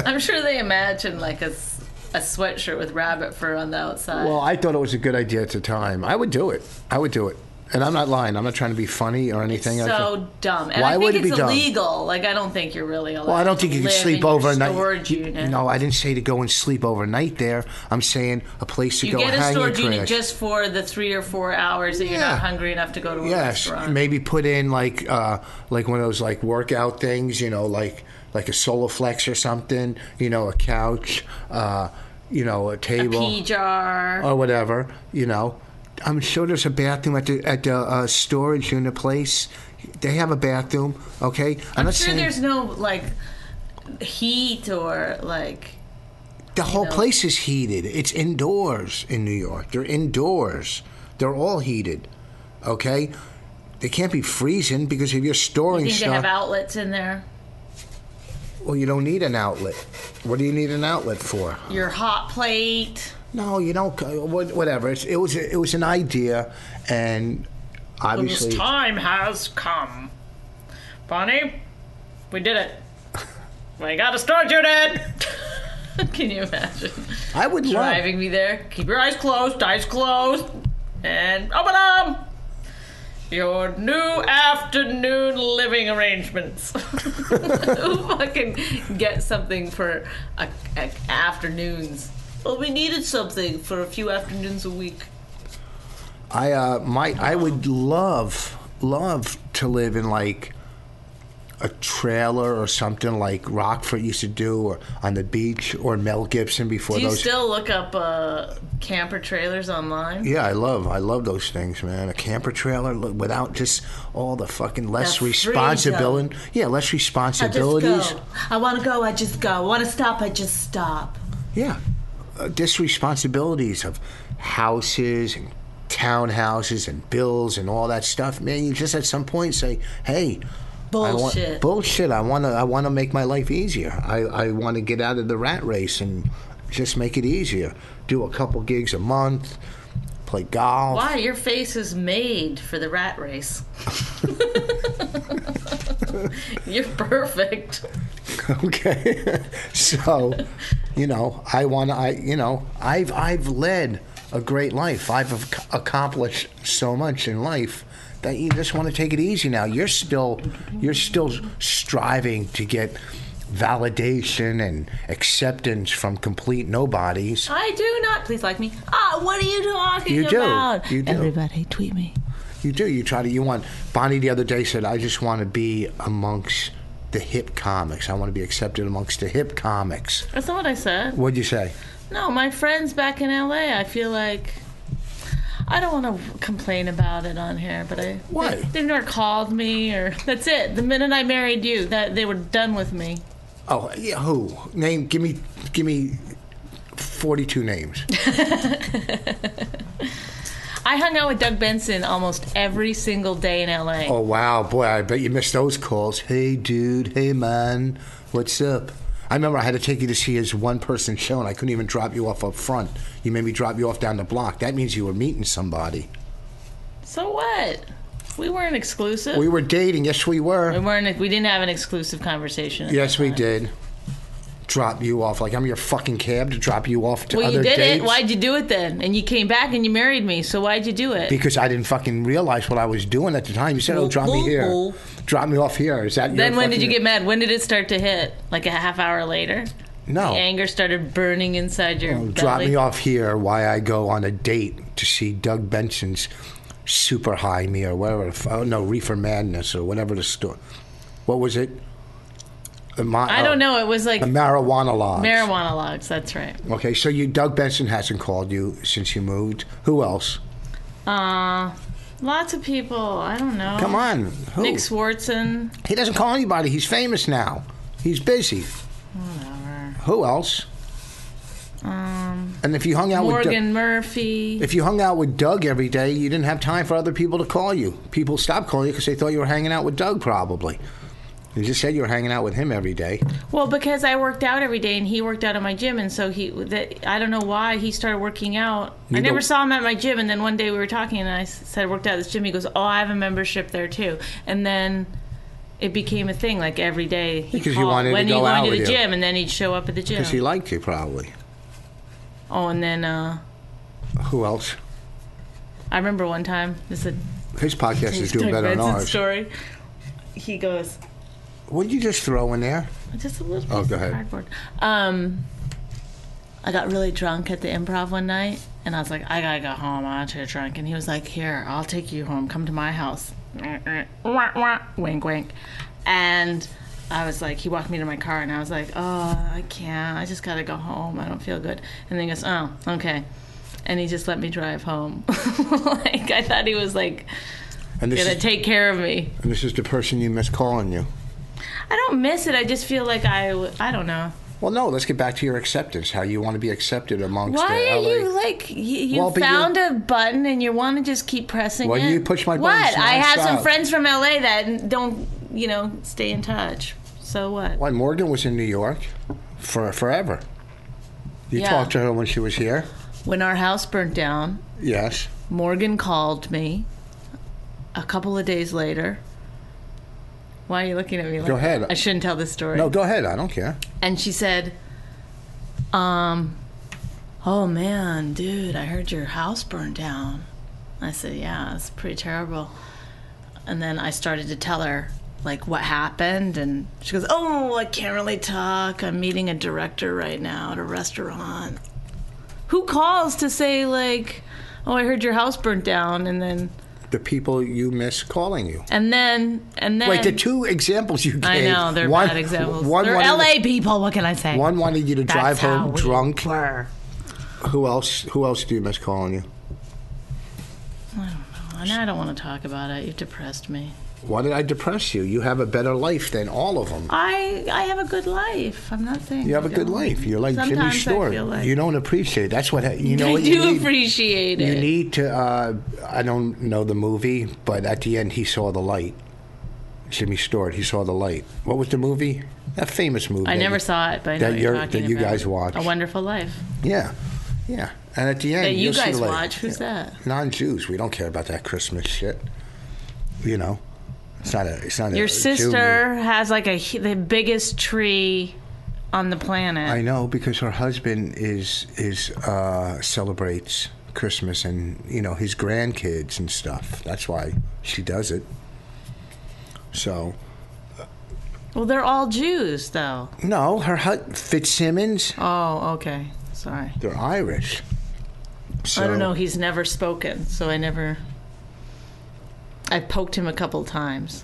Speaker 3: I'm sure they imagined like a, s- a sweatshirt with rabbit fur on the outside.
Speaker 2: well, I thought it was a good idea at the time. I would do it. I would do it, and I'm not lying. I'm not trying to be funny or anything. I
Speaker 3: so
Speaker 2: think-
Speaker 3: dumb. And
Speaker 2: Why
Speaker 3: I think
Speaker 2: would it
Speaker 3: it's
Speaker 2: be dumb?
Speaker 3: illegal. Like I don't think you're really allowed.
Speaker 2: Well, I don't think
Speaker 3: to
Speaker 2: you can
Speaker 3: live
Speaker 2: sleep
Speaker 3: in your
Speaker 2: overnight.
Speaker 3: Storage
Speaker 2: You-
Speaker 3: unit.
Speaker 2: No, I didn't say to go and sleep overnight there. I'm saying a place to
Speaker 3: You
Speaker 2: go
Speaker 3: get a
Speaker 2: hang your
Speaker 3: storage unit
Speaker 2: trash.
Speaker 3: just for the three or four hours that you're
Speaker 2: Yeah.
Speaker 3: not hungry enough to go to a
Speaker 2: yes,
Speaker 3: restaurant.
Speaker 2: maybe put in like uh, like one of those like workout things, you know, like like a Solaflex or something, you know, a couch, uh, you know, a table
Speaker 3: Pee jar.
Speaker 2: or whatever, you know. I'm sure there's a bathroom at the at the uh, storage unit place. They have a bathroom, okay? I'm,
Speaker 3: I'm
Speaker 2: not
Speaker 3: sure
Speaker 2: saying
Speaker 3: there's no like heat or like
Speaker 2: The whole place is heated. It's indoors in New York. They're indoors. They're all heated. Okay? They can't be freezing because if you're
Speaker 3: you
Speaker 2: storing
Speaker 3: think they
Speaker 2: stuff,
Speaker 3: have outlets in there.
Speaker 2: well, you don't need an outlet. What do you need an outlet for?
Speaker 3: Your hot plate. <laughs>
Speaker 2: No, you don't. wha- Whatever. It's, it was it was an idea, and obviously,
Speaker 5: This time has come.
Speaker 3: Bonnie, we did it. We got a storage unit. Can you imagine
Speaker 2: I would love.
Speaker 3: driving me there? Keep your eyes closed, eyes closed, and open them. Your new afternoon living arrangements. <laughs> Who fucking get something for a, a, afternoons? Well, we needed something for a few afternoons a week.
Speaker 2: I uh, my I would love love to live in like a trailer or something like Rockford used to do, or on the beach, or Mel Gibson before
Speaker 3: Do you
Speaker 2: those.
Speaker 3: still look up uh, camper trailers online?
Speaker 2: yeah, I love I love those things, man. A camper trailer look, without just all the fucking less
Speaker 3: The freedom.
Speaker 2: responsibility. Yeah, less
Speaker 3: I just
Speaker 2: responsibilities.
Speaker 3: go. I want to go. I just go. I want to stop. I just stop.
Speaker 2: Yeah, uh, just responsibilities of houses and townhouses and bills and all that stuff. Man, you just at some point say, "Hey, I
Speaker 3: Bullshit.
Speaker 2: want, bullshit. I want to. I want to make my life easier. I I want to get out of the rat race and just make it easier. Do a couple gigs a month, play golf.
Speaker 3: Why your face is made for the rat race? You're perfect.
Speaker 2: <laughs> okay so you know i want to i you know i've i've led a great life i've ac- accomplished so much in life that you just want to take it easy now you're still you're still striving to get validation and acceptance from complete nobodies
Speaker 3: I do not. Please like me. Ah, what are you talking
Speaker 2: You do.
Speaker 3: about?
Speaker 2: You do.
Speaker 3: Everybody tweet me.
Speaker 2: you do you try to you want bonnie the other day said i just want to be amongst the hip comics i want to be accepted amongst the hip comics
Speaker 3: That's not what I said.
Speaker 2: what'd you say
Speaker 3: No, my friends back in LA. I feel like I don't want to complain about it on here, but I
Speaker 2: Why?
Speaker 3: They, they never called me or that's it. The minute I married you, that they were done with me.
Speaker 2: Oh, yeah, who? Name, give me, give me 42 names.
Speaker 3: I hung out with Doug Benson almost every single day in LA.
Speaker 2: <laughs> oh, wow, boy, I bet you missed those calls. Hey, dude, hey, man, what's up? I remember I had to take you to see his one person show and I couldn't even drop you off up front. You made me drop you off down the block. That means you were meeting somebody.
Speaker 3: So what? We weren't exclusive.
Speaker 2: We
Speaker 3: We,
Speaker 2: were dating, yes, we were.
Speaker 3: weren't. We didn't have an exclusive conversation.
Speaker 2: Yes, we did. Drop you off. Like, I'm your fucking cab to drop you off to
Speaker 3: Well,
Speaker 2: other
Speaker 3: you did
Speaker 2: dates.
Speaker 3: it. Why'd you do it then? And you came back and you married me. So why'd you do it?
Speaker 2: because I didn't fucking realize what I was doing at the time. You said, "Oh, drop me here, drop me off here." Is that your
Speaker 3: then when did you
Speaker 2: fucking-
Speaker 3: get mad? When did it start to hit? Like a half hour later?
Speaker 2: No.
Speaker 3: The anger started burning inside your belly.
Speaker 2: Oh. Drop me off here. Why I go on a date to see Doug Benson's Super High Me or whatever. the f- Oh no, Reefer Madness or whatever the store. What was it? The ma-
Speaker 3: I
Speaker 2: oh,
Speaker 3: don't know. It was like
Speaker 2: The marijuana laws.
Speaker 3: marijuana logs. That's right.
Speaker 2: Okay, so you Doug Benson hasn't called you since you moved. Who else?
Speaker 3: Uh, lots of people. I don't know.
Speaker 2: Come on, who?
Speaker 3: Nick Swartzen.
Speaker 2: he doesn't call anybody. He's famous now. He's busy. Who else?
Speaker 3: Um,
Speaker 2: And if you hung out with Doug-
Speaker 3: Morgan Murphy.
Speaker 2: If you hung out with Doug every day, you didn't have time for other people to call you. People stopped calling you because they thought you were hanging out with Doug, probably. You just said you were hanging out with him every day.
Speaker 3: Well, because I worked out every day and he worked out at my gym, and so he, that, I don't know why he started working out. I never
Speaker 2: don't-
Speaker 3: saw him at my gym, and then one day we were talking, and I s- said I worked out at this gym. He goes, "Oh, I have a membership there too," and then it became a thing. Like every day, he
Speaker 2: Because you
Speaker 3: called
Speaker 2: wanted to
Speaker 3: when he
Speaker 2: go
Speaker 3: wanted
Speaker 2: out
Speaker 3: to the
Speaker 2: with you.
Speaker 3: gym, and then he'd show up at the gym.
Speaker 2: Because he liked you, probably.
Speaker 3: oh, and then uh,
Speaker 2: Who else?
Speaker 3: I remember one time this is
Speaker 2: His podcast is
Speaker 3: a <laughs>
Speaker 2: doing
Speaker 3: Doug
Speaker 2: better than
Speaker 3: Benson
Speaker 2: ours.
Speaker 3: story. He goes,
Speaker 2: What did you just throw in there?
Speaker 3: Just a little piece
Speaker 2: Oh, go
Speaker 3: of
Speaker 2: ahead.
Speaker 3: cardboard. Um, I got really drunk at the improv one night, and I was like, I gotta go home. I'm too drunk. And he was like, Here, I'll take you home. Come to my house. <laughs> Wah, wah. wink, wink. And I was like, He walked me to my car, and I was like, Oh, I can't. I just gotta go home. I don't feel good. And then he goes, Oh, okay. And he just let me drive home. <laughs> like, I thought he was like,
Speaker 2: And this,
Speaker 3: gonna
Speaker 2: is,
Speaker 3: take care of me.
Speaker 2: and this is the person you miss calling you.
Speaker 3: I don't miss it. I just feel like I, w- I don't know.
Speaker 2: Well, no, let's get back to your acceptance, how you want to be accepted amongst
Speaker 3: Why
Speaker 2: the
Speaker 3: are
Speaker 2: LA.
Speaker 3: you like you, you
Speaker 2: Well, but you-
Speaker 3: found a button and you want to just keep pressing
Speaker 2: Well,
Speaker 3: it?
Speaker 2: you push my
Speaker 3: what?
Speaker 2: buttons
Speaker 3: I have some
Speaker 2: nonstop.
Speaker 3: friends from LA that don't, you know, stay in touch. So what?
Speaker 2: Why, Morgan was in New York for forever. You
Speaker 3: Yeah.
Speaker 2: talked to her when she was here?
Speaker 3: When our house burnt down,
Speaker 2: Yes.
Speaker 3: Morgan called me a couple of days later. Why are you looking at me like
Speaker 2: Go ahead.
Speaker 3: that? I shouldn't tell this story.
Speaker 2: No, go ahead. I don't care.
Speaker 3: and she said, um, oh man, dude, I heard your house burned down. I said, yeah, it's pretty terrible. And then I started to tell her like what happened, and she goes, oh, I can't really talk. I'm meeting a director right now at a restaurant. Who calls to say like, oh, I heard your house burned down, and then
Speaker 2: the people you miss calling you.
Speaker 3: And then, and then.
Speaker 2: Wait, the two examples you gave.
Speaker 3: I know they're
Speaker 2: one-
Speaker 3: bad examples.
Speaker 2: One
Speaker 3: they're
Speaker 2: wanted,
Speaker 3: LA people. What can I say?
Speaker 2: One wanted you to drive
Speaker 3: That's how
Speaker 2: home
Speaker 3: we
Speaker 2: drunk.
Speaker 3: Were.
Speaker 2: Who else? Who else do you miss calling you?
Speaker 3: And I don't want to talk about it. You've depressed me.
Speaker 2: Why did I depress you? You have a better life than all of them.
Speaker 3: I I have a good life. I'm not saying
Speaker 2: You have a
Speaker 3: I
Speaker 2: good
Speaker 3: don't.
Speaker 2: life. You're like Jimmy
Speaker 3: Sometimes I
Speaker 2: Stewart.
Speaker 3: feel like-
Speaker 2: you don't appreciate. it. That's what you know.
Speaker 3: I
Speaker 2: what you
Speaker 3: do
Speaker 2: need?
Speaker 3: appreciate
Speaker 2: You
Speaker 3: it.
Speaker 2: need to. Uh, I don't know the movie, but at the end he saw the light. Jimmy Stewart. He saw the light. What was the movie? That famous movie.
Speaker 3: I
Speaker 2: that
Speaker 3: never
Speaker 2: you-
Speaker 3: saw it, but I know
Speaker 2: that
Speaker 3: what
Speaker 2: you're-
Speaker 3: you're
Speaker 2: that
Speaker 3: talking
Speaker 2: you
Speaker 3: about.
Speaker 2: guys watch.
Speaker 3: A Wonderful Life.
Speaker 2: Yeah, yeah. And at the end,
Speaker 3: That you
Speaker 2: you'll see
Speaker 3: guys
Speaker 2: the light.
Speaker 3: watch. Who's that?
Speaker 2: Non-Jews. We don't care about that Christmas shit. You know, it's not a. It's not a.
Speaker 3: Your
Speaker 2: Jew
Speaker 3: sister has like a hu- the biggest tree on the planet.
Speaker 2: I know because her husband is is uh, celebrates Christmas and you know his grandkids and stuff. That's why she does it. So
Speaker 3: well, they're all Jews though.
Speaker 2: no, her hu- Fitzsimmons.
Speaker 3: Oh, okay. Sorry.
Speaker 2: They're Irish. So,
Speaker 3: I don't know. He's never spoken, so I never. I poked him a couple times.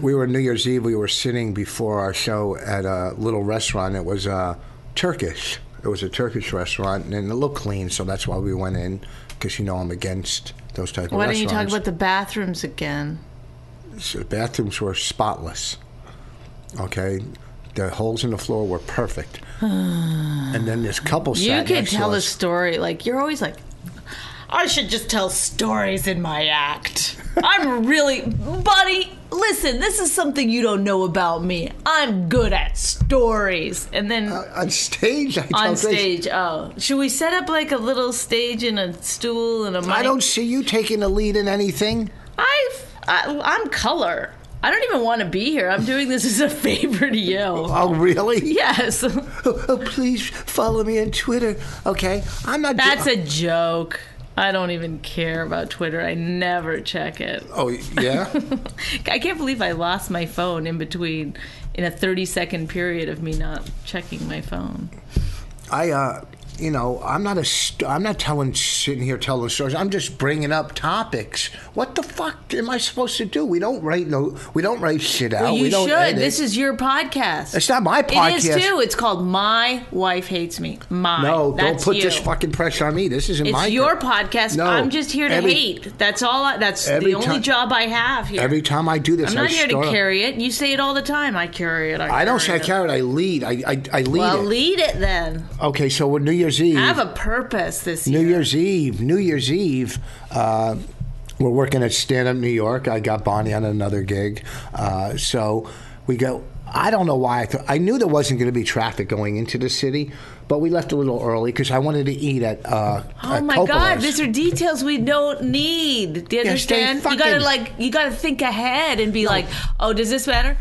Speaker 2: We were New Year's Eve. We were sitting before our show at a little restaurant. It was uh, Turkish. It was a Turkish restaurant, and it looked clean, so that's why we went in. Because you know I'm against those type
Speaker 3: Why
Speaker 2: of
Speaker 3: don't you
Speaker 2: restaurants.
Speaker 3: talk about the bathrooms again?
Speaker 2: So the bathrooms were spotless. Okay, the holes in the floor were
Speaker 3: <sighs>
Speaker 2: perfect. and then this couple
Speaker 3: You
Speaker 2: sat
Speaker 3: could
Speaker 2: next to
Speaker 3: tell a
Speaker 2: us.
Speaker 3: story. Like you're always like, I should just tell stories in my act. I'm really, buddy. Listen, this is something you don't know about me. I'm good at stories. And then
Speaker 2: on stage. I tell
Speaker 3: on
Speaker 2: things-
Speaker 3: stage, oh, should we set up like a little stage and a stool and a mic?
Speaker 2: I don't see you taking the lead in anything.
Speaker 3: I've, I, I'm color. I don't even want to be here. I'm doing this as a <laughs> favor to you.
Speaker 2: Oh, really?
Speaker 3: Yes,
Speaker 2: Oh, oh, please follow me on Twitter. Okay, I'm not.
Speaker 3: that's a joke. I don't even care about Twitter. I never check it.
Speaker 2: Oh
Speaker 3: <laughs>
Speaker 2: yeah.
Speaker 3: I can't believe I lost my phone in between in a 30 second period of me not checking my phone.
Speaker 2: I, uh, you know, I'm not a, st- I'm not telling, sitting here telling stories. I'm just bringing up topics. What the fuck am I supposed to do? We don't write no, we don't write shit out.
Speaker 3: you
Speaker 2: we don't
Speaker 3: should.
Speaker 2: edit.
Speaker 3: This is your podcast.
Speaker 2: It's not my
Speaker 3: It is
Speaker 2: podcast.
Speaker 3: too. It's called My Wife Hates Me. My.
Speaker 2: no, don't
Speaker 3: That's
Speaker 2: put
Speaker 3: you.
Speaker 2: this fucking pressure on me. This isn't
Speaker 3: It's
Speaker 2: my.
Speaker 3: your podcast.
Speaker 2: No,
Speaker 3: I'm just here to
Speaker 2: every-
Speaker 3: hate. That's all. I, that's
Speaker 2: every
Speaker 3: the only
Speaker 2: ti-
Speaker 3: job I have here.
Speaker 2: Every time I do this,
Speaker 3: I'm not
Speaker 2: I
Speaker 3: here to
Speaker 2: start-
Speaker 3: carry it. You say it all the time. I carry it. I,
Speaker 2: I don't say I
Speaker 3: it.
Speaker 2: carry it. I lead. I, I, I lead.
Speaker 3: Well,
Speaker 2: it.
Speaker 3: lead it then.
Speaker 2: Okay, so with New Year's Eve.
Speaker 3: Have a purpose this
Speaker 2: New
Speaker 3: year.
Speaker 2: Year's Eve. New Year's Eve. Uh, we're working at Stand Up New York. I got Bonnie on another gig. Uh, so we go. I don't know why. I, th- I knew there wasn't going to be traffic going into the city, but we left a little early because I wanted to eat at. Uh,
Speaker 3: Oh my God! These are details we don't need. Do you
Speaker 2: Yes, they
Speaker 3: understand? you
Speaker 2: fucking-
Speaker 3: gotta like, you gotta think ahead and be like, oh, does this matter?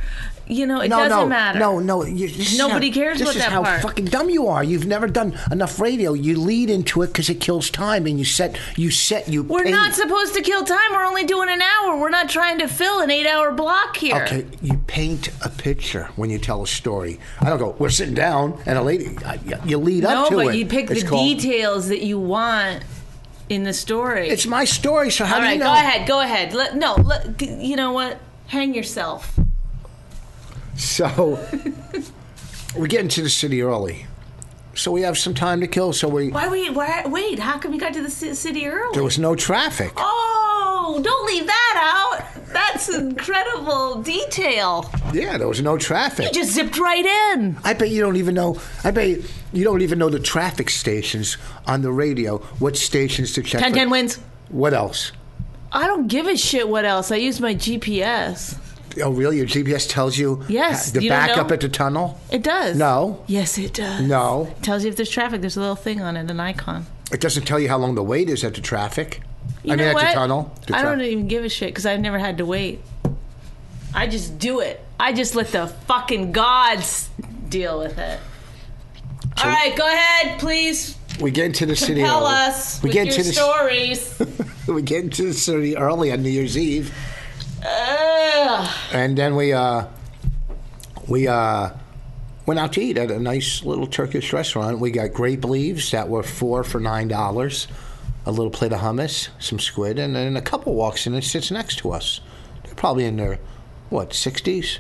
Speaker 3: You know, it
Speaker 2: no,
Speaker 3: doesn't
Speaker 2: no,
Speaker 3: matter.
Speaker 2: No, no. You, this is
Speaker 3: Nobody
Speaker 2: how-
Speaker 3: cares
Speaker 2: This
Speaker 3: about
Speaker 2: is
Speaker 3: that
Speaker 2: how
Speaker 3: part.
Speaker 2: fucking dumb you are. You've never done enough radio. You lead into it because it kills time, and you set, you set, you.
Speaker 3: we're
Speaker 2: pay-
Speaker 3: not supposed to kill time. We're only doing an hour. We're not trying to fill an eight-hour block here.
Speaker 2: Okay, you paint a picture when you tell a story. I don't go, we're sitting down, and a lady, I- you lead
Speaker 3: No,
Speaker 2: up to it.
Speaker 3: but you pick
Speaker 2: It's
Speaker 3: the
Speaker 2: called-
Speaker 3: details that you want in the story.
Speaker 2: It's my story, so how
Speaker 3: All
Speaker 2: do
Speaker 3: right,
Speaker 2: you know?
Speaker 3: go ahead. Go ahead. Let, no, let, you know what? Hang yourself.
Speaker 2: So, we're getting to the city early. So we have some time to kill, so we,
Speaker 3: Why wait? Why wait? How come you got to the ci- city early?
Speaker 2: there was no traffic.
Speaker 3: Oh, don't leave that out. That's incredible detail.
Speaker 2: Yeah, there was no traffic.
Speaker 3: Just zipped right in.
Speaker 2: I bet you don't even know, I bet you don't even know the traffic stations on the radio, what stations to check.
Speaker 3: 10
Speaker 2: for-
Speaker 3: 10 wins.
Speaker 2: What else?
Speaker 3: I don't give a shit what else. I use my GPS.
Speaker 2: Oh, really? Your GPS tells you
Speaker 3: Yes,
Speaker 2: the
Speaker 3: you don't
Speaker 2: backup
Speaker 3: know?
Speaker 2: at the tunnel?
Speaker 3: It does.
Speaker 2: No.
Speaker 3: Yes, it does.
Speaker 2: No.
Speaker 3: It tells you if there's traffic. There's a little thing on it, an icon.
Speaker 2: It doesn't tell you how long the wait is at the traffic.
Speaker 3: You
Speaker 2: I mean,
Speaker 3: know
Speaker 2: at
Speaker 3: what?
Speaker 2: the tunnel. The
Speaker 3: I
Speaker 2: tra-
Speaker 3: don't even give a shit because I've never had to wait. I just do it. I just let the fucking gods deal with it. All right, go ahead, please.
Speaker 2: we get into the city.
Speaker 3: Tell
Speaker 2: early.
Speaker 3: us
Speaker 2: We
Speaker 3: with
Speaker 2: get
Speaker 3: your
Speaker 2: into the
Speaker 3: stories.
Speaker 2: <laughs> we get into the city early on New Year's Eve,
Speaker 3: Ugh.
Speaker 2: and then we uh, we uh, went out to eat at a nice little Turkish restaurant. We got grape leaves that were four for nine dollars. a little plate of hummus, some squid, and then a couple walks in and sits next to us. They're probably in their, what, 60s?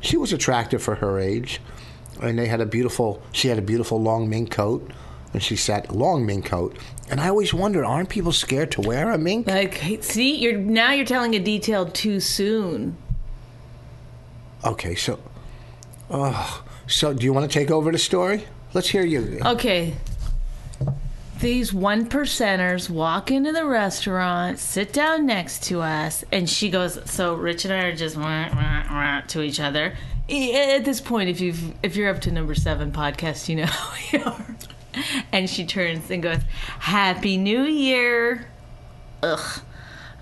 Speaker 2: She was attractive for her age, and they had a beautiful, she had a beautiful long mink coat, and she sat, long mink coat. And I always wonder, aren't people scared to wear a mink?
Speaker 3: Like, see, you're now you're telling a detail too soon.
Speaker 2: Okay, so, oh, so do you want to take over the story? Let's hear you.
Speaker 3: Oh, Okay. These one percenters walk into the restaurant, sit down next to us, and she goes. So Rich and I are just wah, wah, wah, to each other. E- At this point, if you've if you're up to number seven podcast, you know <laughs> who we are. And she turns and goes, "Happy New Year." Ugh.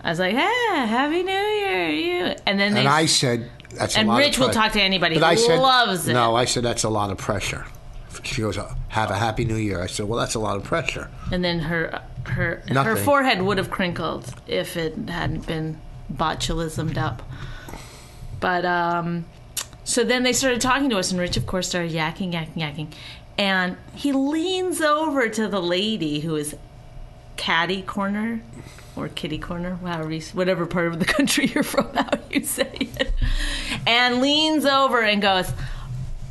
Speaker 3: I was like, "Yeah, Happy New Year, you." And then they
Speaker 2: And I said, that's
Speaker 3: And
Speaker 2: a lot
Speaker 3: Rich
Speaker 2: of
Speaker 3: will
Speaker 2: pre-
Speaker 3: talk to anybody
Speaker 2: But I
Speaker 3: who
Speaker 2: said,
Speaker 3: loves it.
Speaker 2: No, I said, that's a lot of pressure. She goes, "Uh, have a happy new year. I said, well, that's a lot of pressure.
Speaker 3: And then her her her
Speaker 2: Nothing.
Speaker 3: forehead would have crinkled if it hadn't been botulismed up. But um, so then they started talking to us, and Rich, of course, started yakking, yakking, yakking, and he leans over to the lady who is catty corner or kitty corner, however you, whatever part of the <laughs> country you're from, how you say it, and leans over and goes.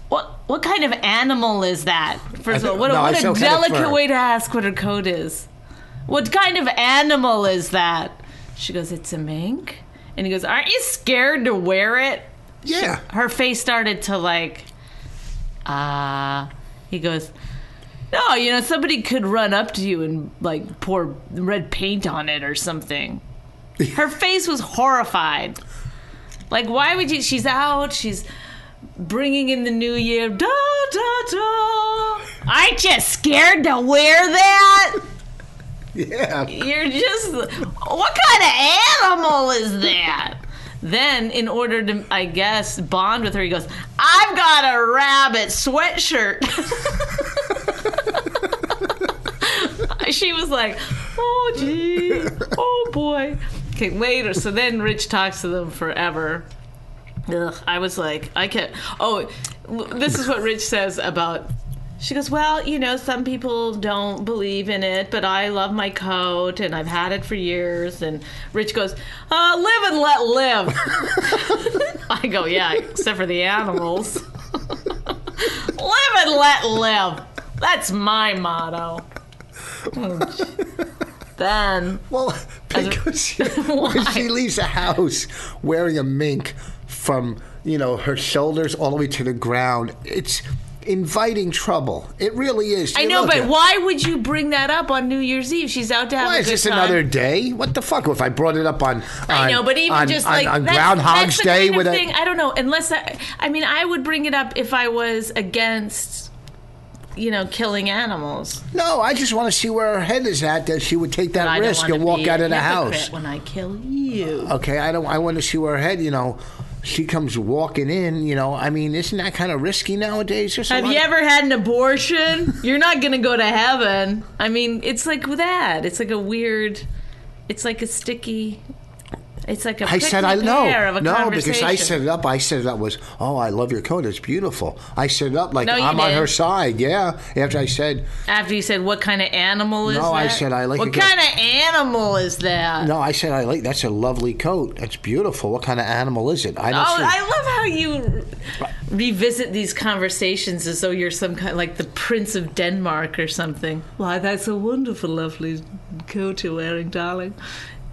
Speaker 3: What, what kind of animal is that? First of all, what a,
Speaker 2: No, I
Speaker 3: what
Speaker 2: said
Speaker 3: a
Speaker 2: what kind of
Speaker 3: delicate
Speaker 2: fur.
Speaker 3: way to ask what her coat is. What kind of animal is that? She goes, It's a mink. And he goes, Aren't you scared to wear it?
Speaker 2: Yeah.
Speaker 3: her face started to like uh he goes no you know somebody could run up to you and like pour red paint on it or something her face was horrified like why would you she's out she's bringing in the new year da da da aren't you scared to wear that
Speaker 2: Yeah.
Speaker 3: you're just what kind of animal is that? Then, in order to, I guess, bond with her, he goes, "I've got a rabbit sweatshirt." <laughs> she was like, "Oh gee, oh boy." Okay, later. So then, Rich talks to them forever. Ugh, I was like, I can't. Oh, this is what Rich says about. She goes, Well, you know, some people don't believe in it, but I love my coat and I've had it for years. And Rich goes, uh, Live and
Speaker 2: <laughs>
Speaker 3: let live. I go, Yeah, except for the animals. live and let live. That's my
Speaker 2: <laughs>
Speaker 3: motto. Oh, gee. then, <laughs>
Speaker 2: Well, <laughs> because she, when
Speaker 3: Why?
Speaker 2: she leaves the house wearing a mink from, you know, her shoulders all the way to the ground, it's inviting trouble. It really is.
Speaker 3: I
Speaker 2: You
Speaker 3: know,
Speaker 2: look
Speaker 3: but
Speaker 2: at-
Speaker 3: why would you bring that up on New Year's Eve? She's out to have
Speaker 2: Why
Speaker 3: a
Speaker 2: is
Speaker 3: good
Speaker 2: this
Speaker 3: time.
Speaker 2: another day? What the fuck? If I brought it up on,
Speaker 3: I
Speaker 2: on-
Speaker 3: know, but even
Speaker 2: on-
Speaker 3: just
Speaker 2: on-
Speaker 3: like
Speaker 2: on
Speaker 3: that's-
Speaker 2: Groundhog's
Speaker 3: that's the
Speaker 2: Day
Speaker 3: kind of
Speaker 2: with
Speaker 3: thing,
Speaker 2: a
Speaker 3: I don't know. Unless I, I mean, I would bring it up if I was against, you know, killing animals.
Speaker 2: no, I just want to see where her head is at that she would take that
Speaker 3: I don't
Speaker 2: risk
Speaker 3: wanna
Speaker 2: and walk
Speaker 3: be
Speaker 2: out of the
Speaker 3: a hypocrite
Speaker 2: house.
Speaker 3: when I kill you.
Speaker 2: Okay, I don't. I want to see where her head. You know, she comes walking in. You know, I mean, isn't that kind of risky nowadays? There's a
Speaker 3: Have
Speaker 2: lot
Speaker 3: you
Speaker 2: of-
Speaker 3: ever had an abortion? You're not going to go to heaven. I mean, it's like with that. It's like a weird. It's like a sticky. It's like a.
Speaker 2: I said I
Speaker 3: prickly pear
Speaker 2: no,
Speaker 3: of a
Speaker 2: no, because I
Speaker 3: conversation.
Speaker 2: set it up. I set it up was, oh, I love your coat. It's beautiful. I set it up like
Speaker 3: No, you
Speaker 2: I'm on her
Speaker 3: didn't.
Speaker 2: side. Yeah. After I said
Speaker 3: After you said, "What kind of animal is that?"
Speaker 2: No, I said, "I like
Speaker 3: What
Speaker 2: it good."
Speaker 3: kind of animal is that?
Speaker 2: no, I said I like that's a lovely coat. That's beautiful. What kind of animal is it? I don't
Speaker 3: Oh,
Speaker 2: see.
Speaker 3: I love how you revisit these conversations as though you're some kind like the Prince of Denmark or something. Why, that's a wonderful, lovely coat you're wearing, darling.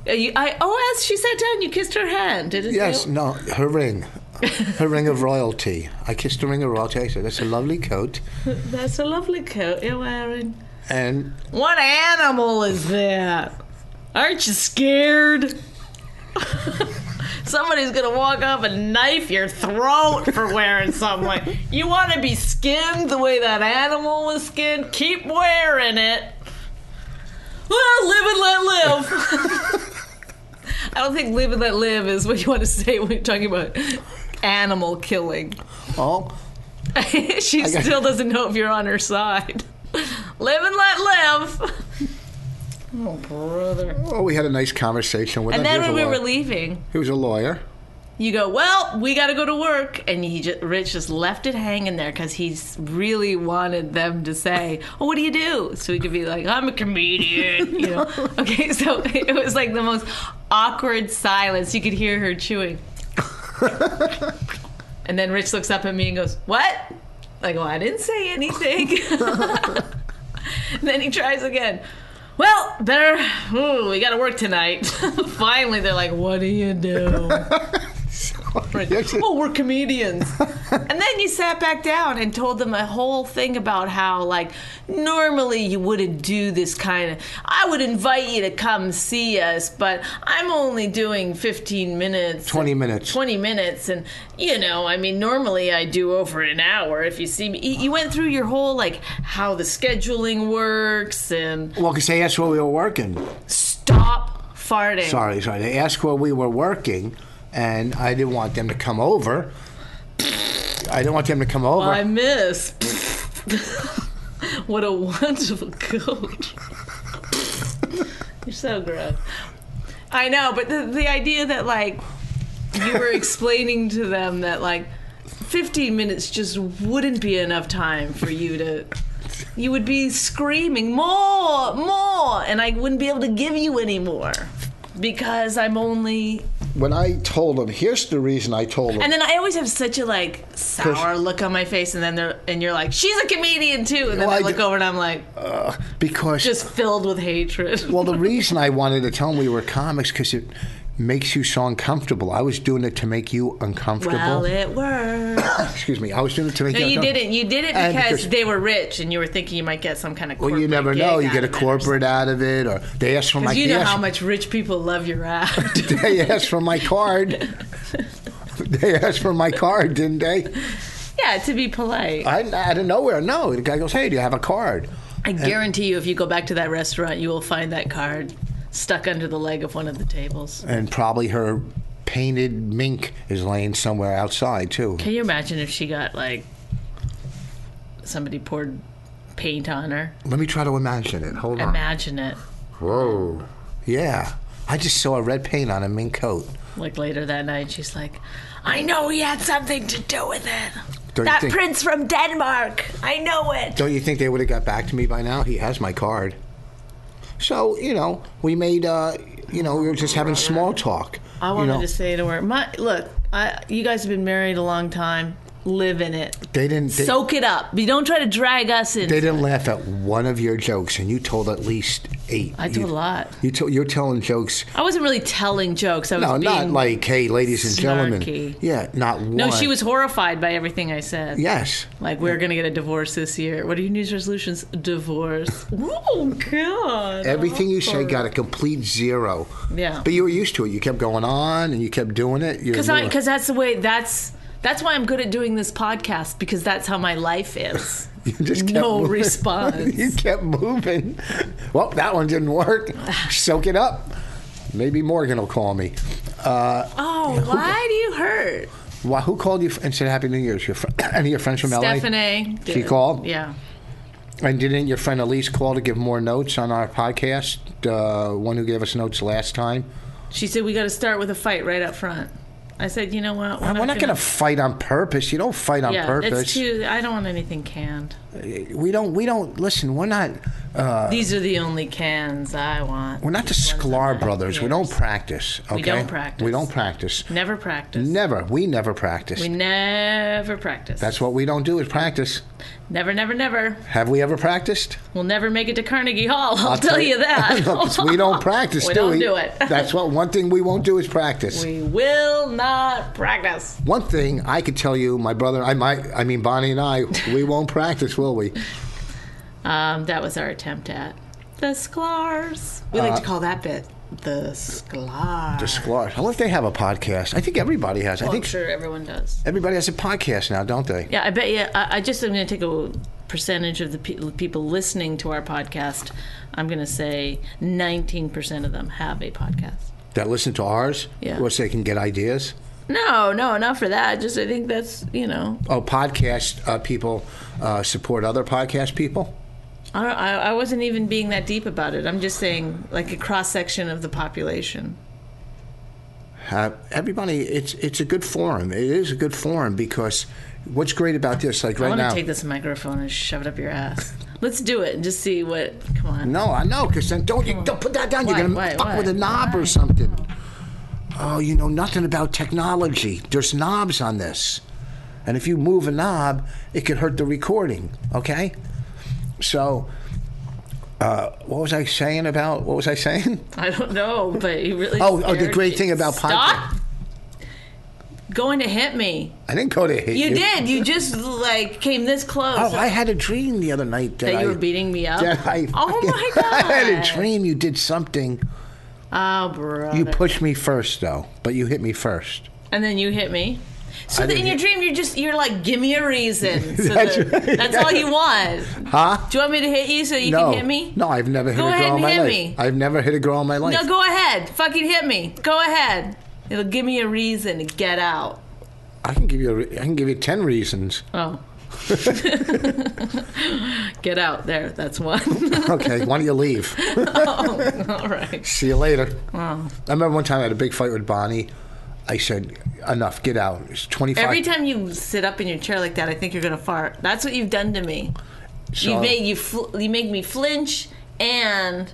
Speaker 3: Uh, You, I, oh, as she sat down, you kissed her hand, didn't
Speaker 2: Yes,
Speaker 3: you?
Speaker 2: no, her ring. Her ring of royalty. I kissed the ring of royalty. I said, that's a lovely coat.
Speaker 3: That's a lovely coat you're wearing.
Speaker 2: And
Speaker 3: What animal is that? Aren't you scared? <laughs> Somebody's gonna walk up and knife your throat for wearing something. Like, you want to be skinned the way that animal was skinned? Keep wearing it. Well, live and let live. <laughs> I don't think live and let live is what you want to say when you're talking about animal killing. <laughs>
Speaker 2: oh,
Speaker 3: she
Speaker 2: got-
Speaker 3: still doesn't know if you're on her side. live and let live. Oh, brother.
Speaker 2: oh, we had a nice conversation with
Speaker 3: And
Speaker 2: him. He
Speaker 3: then
Speaker 2: was
Speaker 3: when we
Speaker 2: a
Speaker 3: were
Speaker 2: lawyer.
Speaker 3: leaving,
Speaker 2: he was a lawyer. <laughs>
Speaker 3: you go, well, we got to go to work. And he just, Rich just left it hanging there because he really wanted them to say, oh, what do you do? So he could be like, I'm a comedian, you know. <laughs> Okay, so it was like the most awkward silence. You could hear her chewing. and then Rich looks up at me and goes, what? Like, well, I didn't say anything. <laughs> And then he tries again. Well, better. Ooh, we got to work tonight. <laughs> Finally, they're like, "What do you do?" oh, we're comedians. and then you sat back down and told them a whole thing about how, like, normally you wouldn't do this kind of. I would invite you to come see us, but I'm only doing 15 minutes.
Speaker 2: 20 minutes.
Speaker 3: 20 minutes and you know i mean normally i do over an hour if you see me you you went through your whole like how the scheduling works and
Speaker 2: Well, because they asked where we were working.
Speaker 3: stop farting
Speaker 2: Sorry, sorry. They asked where we were working, and I didn't want them to come over. I didn't want them to come over.
Speaker 3: i miss <laughs> what a wonderful coach you're so gross i know but the, the idea that like you were explaining to them that like 15 minutes just wouldn't be enough time for you to you would be screaming more more and i wouldn't be able to give you any more because i'm only
Speaker 2: when I told them, here's the reason I told them.
Speaker 3: and then i always have such a like sour look on my face and then they're and you're like she's a comedian too and then
Speaker 2: Well,
Speaker 3: i
Speaker 2: I
Speaker 3: look
Speaker 2: do-
Speaker 3: over and i'm like
Speaker 2: uh, because
Speaker 3: just filled with hatred
Speaker 2: well, the reason I wanted to tell them we were comics because it makes you so uncomfortable. I was doing it to make you uncomfortable.
Speaker 3: <laughs> well it worked
Speaker 2: <coughs> Excuse me. I was doing it to make
Speaker 3: No,
Speaker 2: you.
Speaker 3: you
Speaker 2: uncomfortable.
Speaker 3: didn't. You did it
Speaker 2: And
Speaker 3: because
Speaker 2: because-
Speaker 3: they were rich, and you were thinking you might get some kind of.
Speaker 2: Well, you
Speaker 3: corporate
Speaker 2: never
Speaker 3: gig
Speaker 2: know. You
Speaker 3: out
Speaker 2: get a
Speaker 3: of it or <laughs>
Speaker 2: corporate out of it, or they asked for my.
Speaker 3: Because you
Speaker 2: they
Speaker 3: know
Speaker 2: asked-
Speaker 3: how much rich people love
Speaker 2: <laughs>
Speaker 3: your act.
Speaker 2: they asked for my card.
Speaker 3: <laughs>
Speaker 2: they asked for my card, didn't they?
Speaker 3: yeah, to be polite.
Speaker 2: I out of nowhere. No, the guy goes, "Hey, do you have a card?"
Speaker 3: I guarantee you, if you go back to that restaurant, you will find that card stuck under the leg of one of the tables.
Speaker 2: And probably her painted mink is laying somewhere outside too.
Speaker 3: Can you imagine if she got like somebody poured paint on her?
Speaker 2: Let me try to imagine it. Hold on.
Speaker 3: Imagine it.
Speaker 2: Whoa. Yeah. I just saw a red paint on a mink coat.
Speaker 3: Like later that night, she's like, "I know he had something to do with it.
Speaker 2: Don't
Speaker 3: That
Speaker 2: you think,
Speaker 3: prince from Denmark. I know it."
Speaker 2: Don't you think they would have got back to me by now? He has my card. So you know, we made. Uh, you know, we were just having small talk.
Speaker 3: I
Speaker 2: you
Speaker 3: wanted
Speaker 2: know,
Speaker 3: to say to her, my look, I, you guys have been married a long time. Live in it.
Speaker 2: they didn't. They,
Speaker 3: Soak it up. But don't try to drag us in.
Speaker 2: They didn't laugh at one of your jokes, and you told at least eight.
Speaker 3: I do
Speaker 2: You-
Speaker 3: a lot.
Speaker 2: You to, you're telling jokes.
Speaker 3: I wasn't really telling jokes. I was
Speaker 2: No,
Speaker 3: being,
Speaker 2: not like, hey, ladies and
Speaker 3: snarky.
Speaker 2: gentlemen. Yeah, not one.
Speaker 3: No, she was horrified by everything I said.
Speaker 2: Yes.
Speaker 3: Like we're gonna get a divorce this year. What are your New Year's resolutions? Divorce. <laughs> Oh God.
Speaker 2: Everything you say got a complete zero.
Speaker 3: Yeah.
Speaker 2: But you were used to it. You kept going on and you kept doing it. You're
Speaker 3: Because I
Speaker 2: doing it.
Speaker 3: because that's the way that's that's why I'm good at doing this podcast because that's how my life is.
Speaker 2: <laughs> you just kept
Speaker 3: no
Speaker 2: moving. <laughs>
Speaker 3: response.
Speaker 2: you kept moving. Well, that one didn't
Speaker 3: <sighs>
Speaker 2: work. Soak it up. Maybe Morgan will call me. Uh,
Speaker 3: <laughs> Oh, why do you hurt?
Speaker 2: why, who called you and said Happy New Year's? Your fr- <coughs> any of your friends from LA?
Speaker 3: Stephanie.
Speaker 2: She
Speaker 3: did.
Speaker 2: called?
Speaker 3: Yeah.
Speaker 2: And didn't your friend Elise call to give more notes on our podcast? Uh, one who gave us notes last time.
Speaker 3: She said we got to start with a fight right up front. I said, you know what?
Speaker 2: We're not going to fight on purpose. You don't fight on
Speaker 3: yeah,
Speaker 2: purpose.
Speaker 3: it's too. I don't want anything canned.
Speaker 2: we don't. We don't. Listen, we're not. Uh,
Speaker 3: These are the only cans I want.
Speaker 2: we're not the
Speaker 3: These ones
Speaker 2: Sklar
Speaker 3: I'm
Speaker 2: brothers.
Speaker 3: not-
Speaker 2: We don't
Speaker 3: Yes.
Speaker 2: practice. Okay.
Speaker 3: don't practice.
Speaker 2: We don't practice.
Speaker 3: Never practice.
Speaker 2: Never. We never practice.
Speaker 3: We never practice.
Speaker 2: That's what we don't do is practice.
Speaker 3: never, never, never.
Speaker 2: Have we ever practiced?
Speaker 3: We'll never make it to Carnegie Hall. I'll, tell,
Speaker 2: tell
Speaker 3: you
Speaker 2: you-
Speaker 3: that.
Speaker 2: <laughs> 'Cause we don't practice,
Speaker 3: We
Speaker 2: do
Speaker 3: don't
Speaker 2: we?
Speaker 3: do it.
Speaker 2: <laughs> That's what one thing we won't do is practice.
Speaker 3: <laughs> we will not practice.
Speaker 2: One thing I could tell you, my brother, I might, I mean Bonnie and I, <laughs> we won't practice, will we?
Speaker 3: Um, that was our attempt at the Sklars. We like to call that bit the Sklar.
Speaker 2: The Sklars. I wonder if they have a podcast. I think everybody has. I
Speaker 3: I'm
Speaker 2: think
Speaker 3: sure everyone does.
Speaker 2: everybody has a podcast now, don't they?
Speaker 3: Yeah, I bet you. I, I just am going to take a percentage of the pe- people listening to our podcast. I'm going to say 19% of them have a podcast.
Speaker 2: That listen to ours.
Speaker 3: Yeah.
Speaker 2: Which they can get ideas.
Speaker 3: No, no, not for that. Just I think that's you know.
Speaker 2: Oh, podcast uh, people uh, support other podcast people.
Speaker 3: I, I I wasn't even being that deep about it. I'm just saying like a cross section of the population.
Speaker 2: Uh, everybody, it's it's a good forum. It is a good forum because what's great about this, like
Speaker 3: I
Speaker 2: right
Speaker 3: want
Speaker 2: now.
Speaker 3: to take this microphone and shove it up your ass. Let's do it and just see what. Come on.
Speaker 2: No, I know, because then don't you don't put that down.
Speaker 3: Why,
Speaker 2: You're gonna
Speaker 3: why,
Speaker 2: fuck
Speaker 3: why?
Speaker 2: with a knob or something. Oh, you know nothing about technology. There's knobs on this, and if you move a knob, it could hurt the recording. Okay, so. Uh, what was I saying about? What was I saying? <laughs>
Speaker 3: I don't know, but he really.
Speaker 2: Oh, oh, the
Speaker 3: scared
Speaker 2: great
Speaker 3: me.
Speaker 2: thing about
Speaker 3: Stop
Speaker 2: podcast.
Speaker 3: going to hit me.
Speaker 2: I didn't go to hit you.
Speaker 3: You did. You just like came this close.
Speaker 2: Oh, I had a dream the other night that,
Speaker 3: that you
Speaker 2: I-
Speaker 3: were beating me up.
Speaker 2: that I
Speaker 3: oh
Speaker 2: fucking-
Speaker 3: my god!
Speaker 2: <laughs> I had a dream you did something.
Speaker 3: Oh, bro.
Speaker 2: You pushed me first though, but you hit me first.
Speaker 3: and then you hit me. So
Speaker 2: I
Speaker 3: that in
Speaker 2: didn't
Speaker 3: your
Speaker 2: hit-
Speaker 3: dream, you're just you're like, give me a
Speaker 2: <laughs>
Speaker 3: reason. So
Speaker 2: That's
Speaker 3: that-
Speaker 2: right.
Speaker 3: that's all you want.
Speaker 2: Huh?
Speaker 3: Do you want me to hit you so you
Speaker 2: no.
Speaker 3: can hit me?
Speaker 2: No, I've never hit
Speaker 3: Go
Speaker 2: a girl
Speaker 3: ahead
Speaker 2: in
Speaker 3: and
Speaker 2: my
Speaker 3: hit
Speaker 2: life.
Speaker 3: me.
Speaker 2: I've never hit a girl in my life.
Speaker 3: No, go ahead. Fucking hit me. Go ahead. It'll give me a reason to get out.
Speaker 2: I can give you. A re- I can give you ten reasons.
Speaker 3: Oh. <laughs> get out. There. That's one. <laughs> Oh,
Speaker 2: Okay, why don't you leave?
Speaker 3: all right.
Speaker 2: See you later. I remember one time I had a big fight with Bonnie. I said, "Enough, get out." It's twenty five.
Speaker 3: Every time you sit up in your chair like that, I think you're gonna fart. That's what you've done to me. You make you fl- you make me flinch and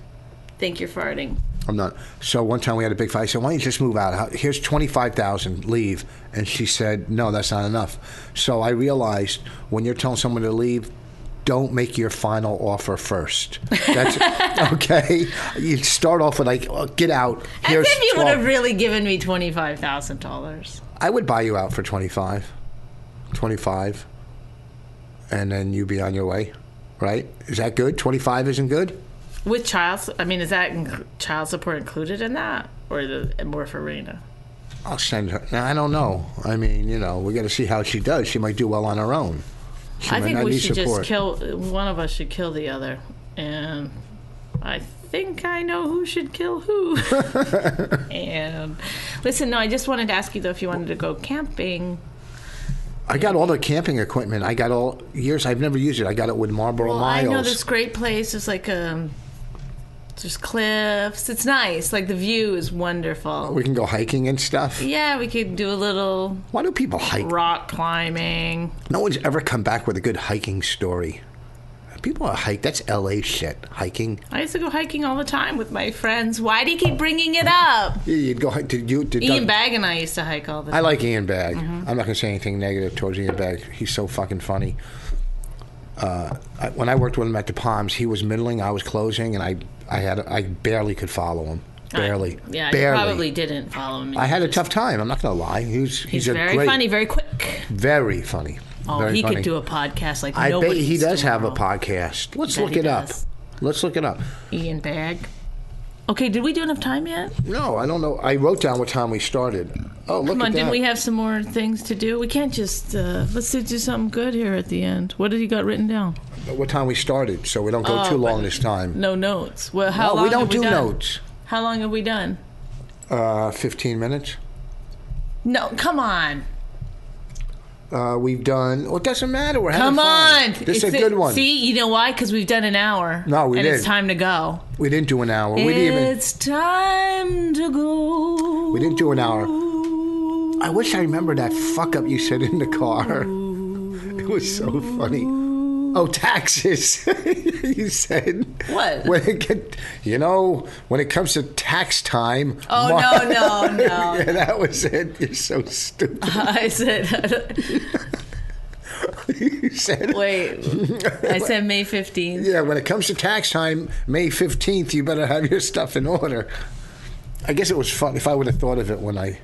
Speaker 3: think you're farting.
Speaker 2: I'm not. So one time we had a big fight. I said, "Why don't you just move out? How- Here's twenty five thousand. Leave." And she said, "No, that's not enough." So I realized when you're telling someone to leave, don't make your final offer first. That's okay. You start off with like, oh, "Get out."
Speaker 3: As
Speaker 2: Here's
Speaker 3: if you would
Speaker 2: 12.
Speaker 3: have really given me twenty five thousand dollars.
Speaker 2: I would buy you out for 25. 25. And then you be on your way, right? Is that good? 25 isn't good?
Speaker 3: With child, su- I mean, is that inc- child support included in that, or the more for Rena?
Speaker 2: I'll send her. Now, I don't know. I mean, you know, we're going to see how she does. She might do well on her own. She
Speaker 3: I
Speaker 2: might
Speaker 3: think
Speaker 2: not
Speaker 3: we
Speaker 2: need
Speaker 3: should
Speaker 2: support.
Speaker 3: just kill one of us should kill the other, and I think I know who should
Speaker 2: <laughs>
Speaker 3: kill who. and listen, no, I just wanted to ask you though if you wanted to go camping.
Speaker 2: I got all the camping equipment. I got all years. I've never used it. I got it with Marlboro
Speaker 3: Well,
Speaker 2: Miles.
Speaker 3: I know this great place. It's like um, there's cliffs. It's nice. Like the view is wonderful.
Speaker 2: we can go hiking and stuff.
Speaker 3: Yeah, we could do a little
Speaker 2: Why do people hike?
Speaker 3: rock climbing.
Speaker 2: No one's ever come back with a good hiking story. People are hike. That's LA shit. Hiking.
Speaker 3: I used to go hiking all the time with my friends. Why do you keep bringing it up?
Speaker 2: Yeah, You'd go hike. Did you? Did
Speaker 3: Ian
Speaker 2: Doug-
Speaker 3: Bag and I used to hike all the
Speaker 2: I
Speaker 3: time.
Speaker 2: like Ian Bag.
Speaker 3: Mm-hmm.
Speaker 2: I'm not going to say anything negative towards Ian Bag. He's so fucking funny. Uh, I, when I worked with him at the Palms, he was middling, I was closing, and I, I had, I barely could follow him. Barely.
Speaker 3: yeah,
Speaker 2: barely.
Speaker 3: you probably didn't follow me.
Speaker 2: I had a tough time. I'm not going to lie. He was, he's,
Speaker 3: He's
Speaker 2: a
Speaker 3: very
Speaker 2: great,
Speaker 3: funny, very quick.
Speaker 2: very funny.
Speaker 3: Oh,
Speaker 2: very
Speaker 3: he
Speaker 2: funny.
Speaker 3: could do a podcast like
Speaker 2: I bet
Speaker 3: nobody.
Speaker 2: he does have a podcast. Let's
Speaker 3: Bet
Speaker 2: look
Speaker 3: he
Speaker 2: it up.
Speaker 3: does.
Speaker 2: Let's look it up.
Speaker 3: Ian Bag. Okay, did we do enough time yet?
Speaker 2: No, I don't know. I wrote down what time we started. Oh, look
Speaker 3: Come
Speaker 2: at
Speaker 3: on,
Speaker 2: that.
Speaker 3: didn't we have some more things to do? We can't just uh, let's do do something good here at the end. What did you got written down?
Speaker 2: what time we started, so we don't go too long this time.
Speaker 3: No notes. Well, Oh, how
Speaker 2: Oh,
Speaker 3: long
Speaker 2: we don't
Speaker 3: have
Speaker 2: do
Speaker 3: we done?
Speaker 2: notes.
Speaker 3: How long have we done?
Speaker 2: Uh, 15 minutes.
Speaker 3: No, come on,
Speaker 2: Uh, we've done. Well, it doesn't matter. We're having
Speaker 3: come
Speaker 2: fun.
Speaker 3: on.
Speaker 2: This is a
Speaker 3: It's-
Speaker 2: good one.
Speaker 3: See, you know why? Because we've done an hour.
Speaker 2: No, we
Speaker 3: and
Speaker 2: did.
Speaker 3: it's time to go.
Speaker 2: We didn't do an hour. We didn't even.
Speaker 3: It's time to go.
Speaker 2: We didn't do an hour. I wish I remembered that fuck up you said in the car. It was so funny. Oh, taxes! <laughs> you said
Speaker 3: What?
Speaker 2: When it get, you know, when it comes to tax time. <laughs>
Speaker 3: Oh
Speaker 2: Mar-
Speaker 3: no, no, no! <laughs>
Speaker 2: <laughs>
Speaker 3: Uh-huh.
Speaker 2: yeah, that was it. You're so stupid.
Speaker 3: I said, <laughs>
Speaker 2: you said. <laughs>
Speaker 3: wait. I said May fifteenth.
Speaker 2: Yeah, when it comes to tax time, May 15th, you better have your stuff in order. I guess it was fun if I would have thought of it when I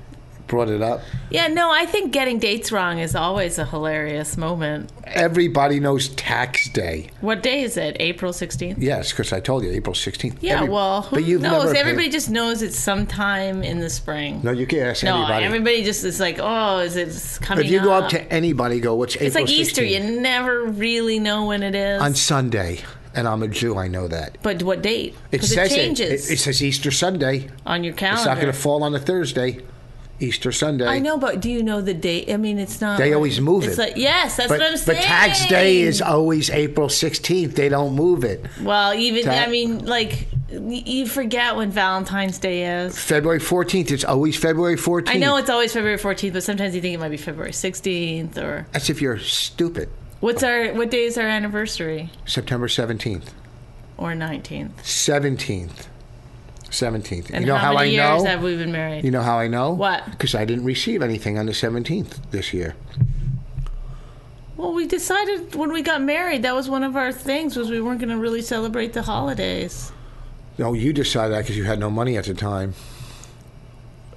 Speaker 2: brought it up.
Speaker 3: Yeah, no, I think getting dates wrong is always a hilarious moment.
Speaker 2: Everybody knows tax day.
Speaker 3: What day is it? April 16th?
Speaker 2: Yes, because I told you April 16th.
Speaker 3: Yeah,
Speaker 2: Every-
Speaker 3: well, who
Speaker 2: but you've
Speaker 3: knows?
Speaker 2: never paid-
Speaker 3: Everybody just knows it's sometime in the spring.
Speaker 2: No, you can't ask
Speaker 3: No,
Speaker 2: anybody.
Speaker 3: everybody just is like, oh, is it it's coming
Speaker 2: if you go up to anybody, go, what's
Speaker 3: It's
Speaker 2: April
Speaker 3: like Easter.
Speaker 2: 16th?"
Speaker 3: You never really know when it is.
Speaker 2: On Sunday, and I'm a Jew, I know that.
Speaker 3: but what date?
Speaker 2: It
Speaker 3: Because it,
Speaker 2: says
Speaker 3: changes
Speaker 2: It, it says Easter Sunday.
Speaker 3: on your
Speaker 2: It's
Speaker 3: calendar.
Speaker 2: not going to fall on a Thursday. Easter Sunday.
Speaker 3: I know, but do you know the date? I mean, it's not.
Speaker 2: They
Speaker 3: like-
Speaker 2: always move it.
Speaker 3: it's Like, yes, that's
Speaker 2: But,
Speaker 3: what I'm
Speaker 2: but
Speaker 3: saying.
Speaker 2: tax day is always April 16th. They don't move it.
Speaker 3: Well, even
Speaker 2: Ta-
Speaker 3: I mean, like y- you forget when Valentine's Day is.
Speaker 2: February 14th. It's always February 14th.
Speaker 3: I know it's always February 14th, but sometimes you think it might be February 16th or
Speaker 2: That's if you're stupid.
Speaker 3: what's our what day is our anniversary
Speaker 2: September 17th.
Speaker 3: or 19th?
Speaker 2: 17th. 17th.
Speaker 3: And
Speaker 2: you know how,
Speaker 3: many
Speaker 2: I
Speaker 3: years
Speaker 2: know?
Speaker 3: have we been married?
Speaker 2: you know how I know?
Speaker 3: What?
Speaker 2: Because I didn't receive anything on the 17th this year.
Speaker 3: Well, we decided when we got married that was one of our things was we weren't going to really celebrate the holidays.
Speaker 2: No, you decided that because you had no money at the time.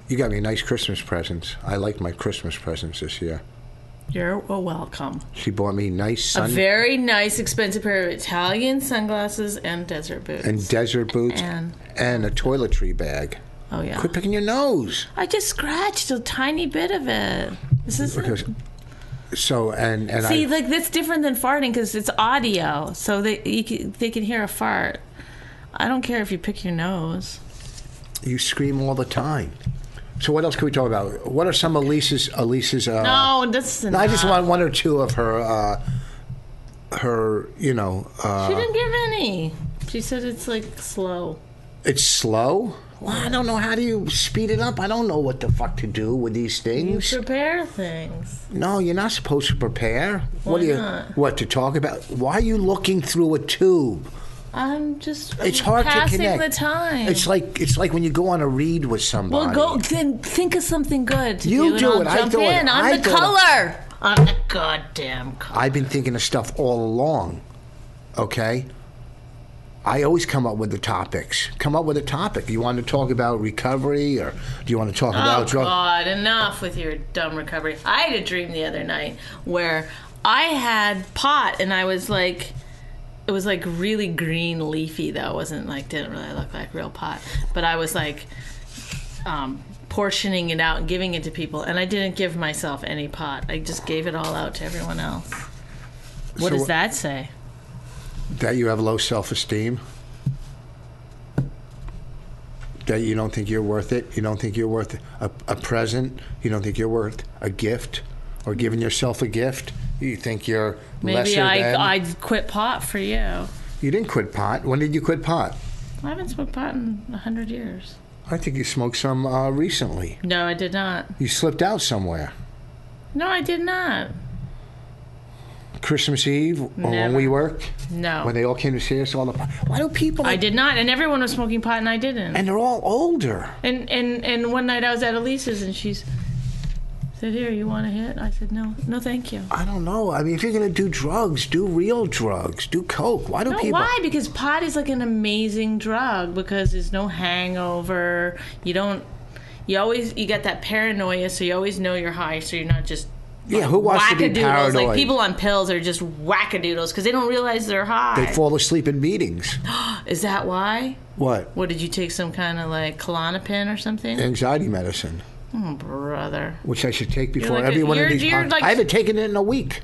Speaker 2: You got me nice Christmas presents. I like my Christmas presents this year.
Speaker 3: You're welcome.
Speaker 2: She bought me nice
Speaker 3: A
Speaker 2: sun
Speaker 3: very nice, expensive pair of Italian sunglasses and desert boots.
Speaker 2: and desert boots
Speaker 3: And-
Speaker 2: and a toiletry bag.
Speaker 3: oh yeah,
Speaker 2: Quit picking your nose.
Speaker 3: I just scratched a tiny bit of it. This is
Speaker 2: Because so and and
Speaker 3: see
Speaker 2: I
Speaker 3: like that's different than farting because it's audio, so they you can, they can hear a fart. I don't care if you pick your nose.
Speaker 2: you scream all the time. So what else can we talk about? What are some Elise's Elise's? Uh,
Speaker 3: No, that's
Speaker 2: no,
Speaker 3: enough.
Speaker 2: I just want one or two of her. Uh, her, you know, uh,
Speaker 3: She didn't give any. She said it's like slow.
Speaker 2: it's slow. Well, I don't know how do you speed it up. I don't know what the fuck to do with these
Speaker 3: You
Speaker 2: things.
Speaker 3: prepare things.
Speaker 2: No, you're not supposed to prepare. what do you?
Speaker 3: not?
Speaker 2: What to talk about? Why are you looking through a tube?
Speaker 3: I'm just
Speaker 2: It's hard
Speaker 3: passing
Speaker 2: to connect.
Speaker 3: the time.
Speaker 2: It's like it's like when you go on a read with somebody.
Speaker 3: well, go then. Think of something good. To
Speaker 2: You
Speaker 3: do,
Speaker 2: do
Speaker 3: and
Speaker 2: it.
Speaker 3: I'll
Speaker 2: I
Speaker 3: jump
Speaker 2: do it.
Speaker 3: in. I'm
Speaker 2: I
Speaker 3: the
Speaker 2: do it.
Speaker 3: color. I'm the goddamn color.
Speaker 2: I've been thinking of stuff all along. Okay? I always come up with the topics. Come up with a topic. You want to talk about recovery or do you want to talk
Speaker 3: Oh
Speaker 2: about drug
Speaker 3: God! Enough with your dumb recovery. I had a dream the other night where I had pot, and I was like, it was like really green leafy though. It wasn't like didn't really look like real pot, but I was like um, portioning it out and giving it to people, and I didn't give myself any pot. I just gave it all out to everyone else. What
Speaker 2: So
Speaker 3: does
Speaker 2: what-
Speaker 3: that say?
Speaker 2: that you have low self-esteem? That you don't think you're worth it? You don't think you're worth a, a present? You don't think you're worth a gift or giving yourself a gift? You think you're
Speaker 3: Maybe
Speaker 2: lesser than?
Speaker 3: I I quit pot for you. I
Speaker 2: you didn't quit pot. When did you quit pot?
Speaker 3: haven't smoked pot in a hundred years.
Speaker 2: I think you smoked some uh, recently.
Speaker 3: No, I did not.
Speaker 2: You slipped out somewhere.
Speaker 3: No, I did not.
Speaker 2: Christmas Eve or when
Speaker 3: Never.
Speaker 2: we worked,
Speaker 3: No.
Speaker 2: when they all came to see us all the why do people
Speaker 3: I did not, and everyone was smoking pot, and I didn't.
Speaker 2: and they're all older
Speaker 3: And and and one night I was at Elise's, and she's said, "Here, you want a hit?" I said, "No, no, thank you."
Speaker 2: I don't know I mean if you're gonna do drugs do real drugs do coke why do
Speaker 3: No,
Speaker 2: people
Speaker 3: why? Because pot is like an amazing drug because there's no hangover. You don't. You always you got that paranoia, so you always know you're high, so you're not just
Speaker 2: yeah who wants to be
Speaker 3: wackadoodles.
Speaker 2: paranoid
Speaker 3: Like people on pills are just wackadoodles because they don't realize they're high.
Speaker 2: they fall asleep in
Speaker 3: <gasps>
Speaker 2: meetings
Speaker 3: is that why?
Speaker 2: what
Speaker 3: What did you take? Some kind of like Klonopin or something?
Speaker 2: anxiety medicine
Speaker 3: oh, brother.
Speaker 2: which I should take before
Speaker 3: like a-
Speaker 2: every one of
Speaker 3: you're-
Speaker 2: these
Speaker 3: you're
Speaker 2: pod-
Speaker 3: like-
Speaker 2: I haven't taken it in a week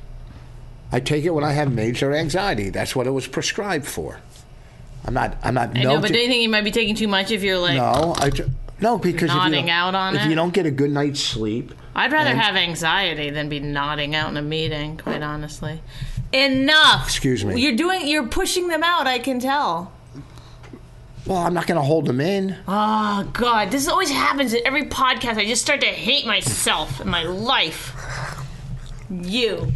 Speaker 2: I take it when I have major anxiety that's what it was prescribed for I'm not I'm not
Speaker 3: I know,
Speaker 2: melting-
Speaker 3: but do you think you might be taking too much if you're like?
Speaker 2: No, I ju- no because if you
Speaker 3: Nodding
Speaker 2: don't-
Speaker 3: out on
Speaker 2: if
Speaker 3: it?
Speaker 2: you don't get a good night's sleep,
Speaker 3: I'd rather
Speaker 2: And-
Speaker 3: have anxiety than be nodding out in a meeting. Quite honestly, enough.
Speaker 2: Excuse me.
Speaker 3: You're doing. You're pushing them out. I can tell.
Speaker 2: well, I'm not going to hold them <laughs> in.
Speaker 3: Oh God, this always happens at every podcast. I just start to hate myself and my life. You.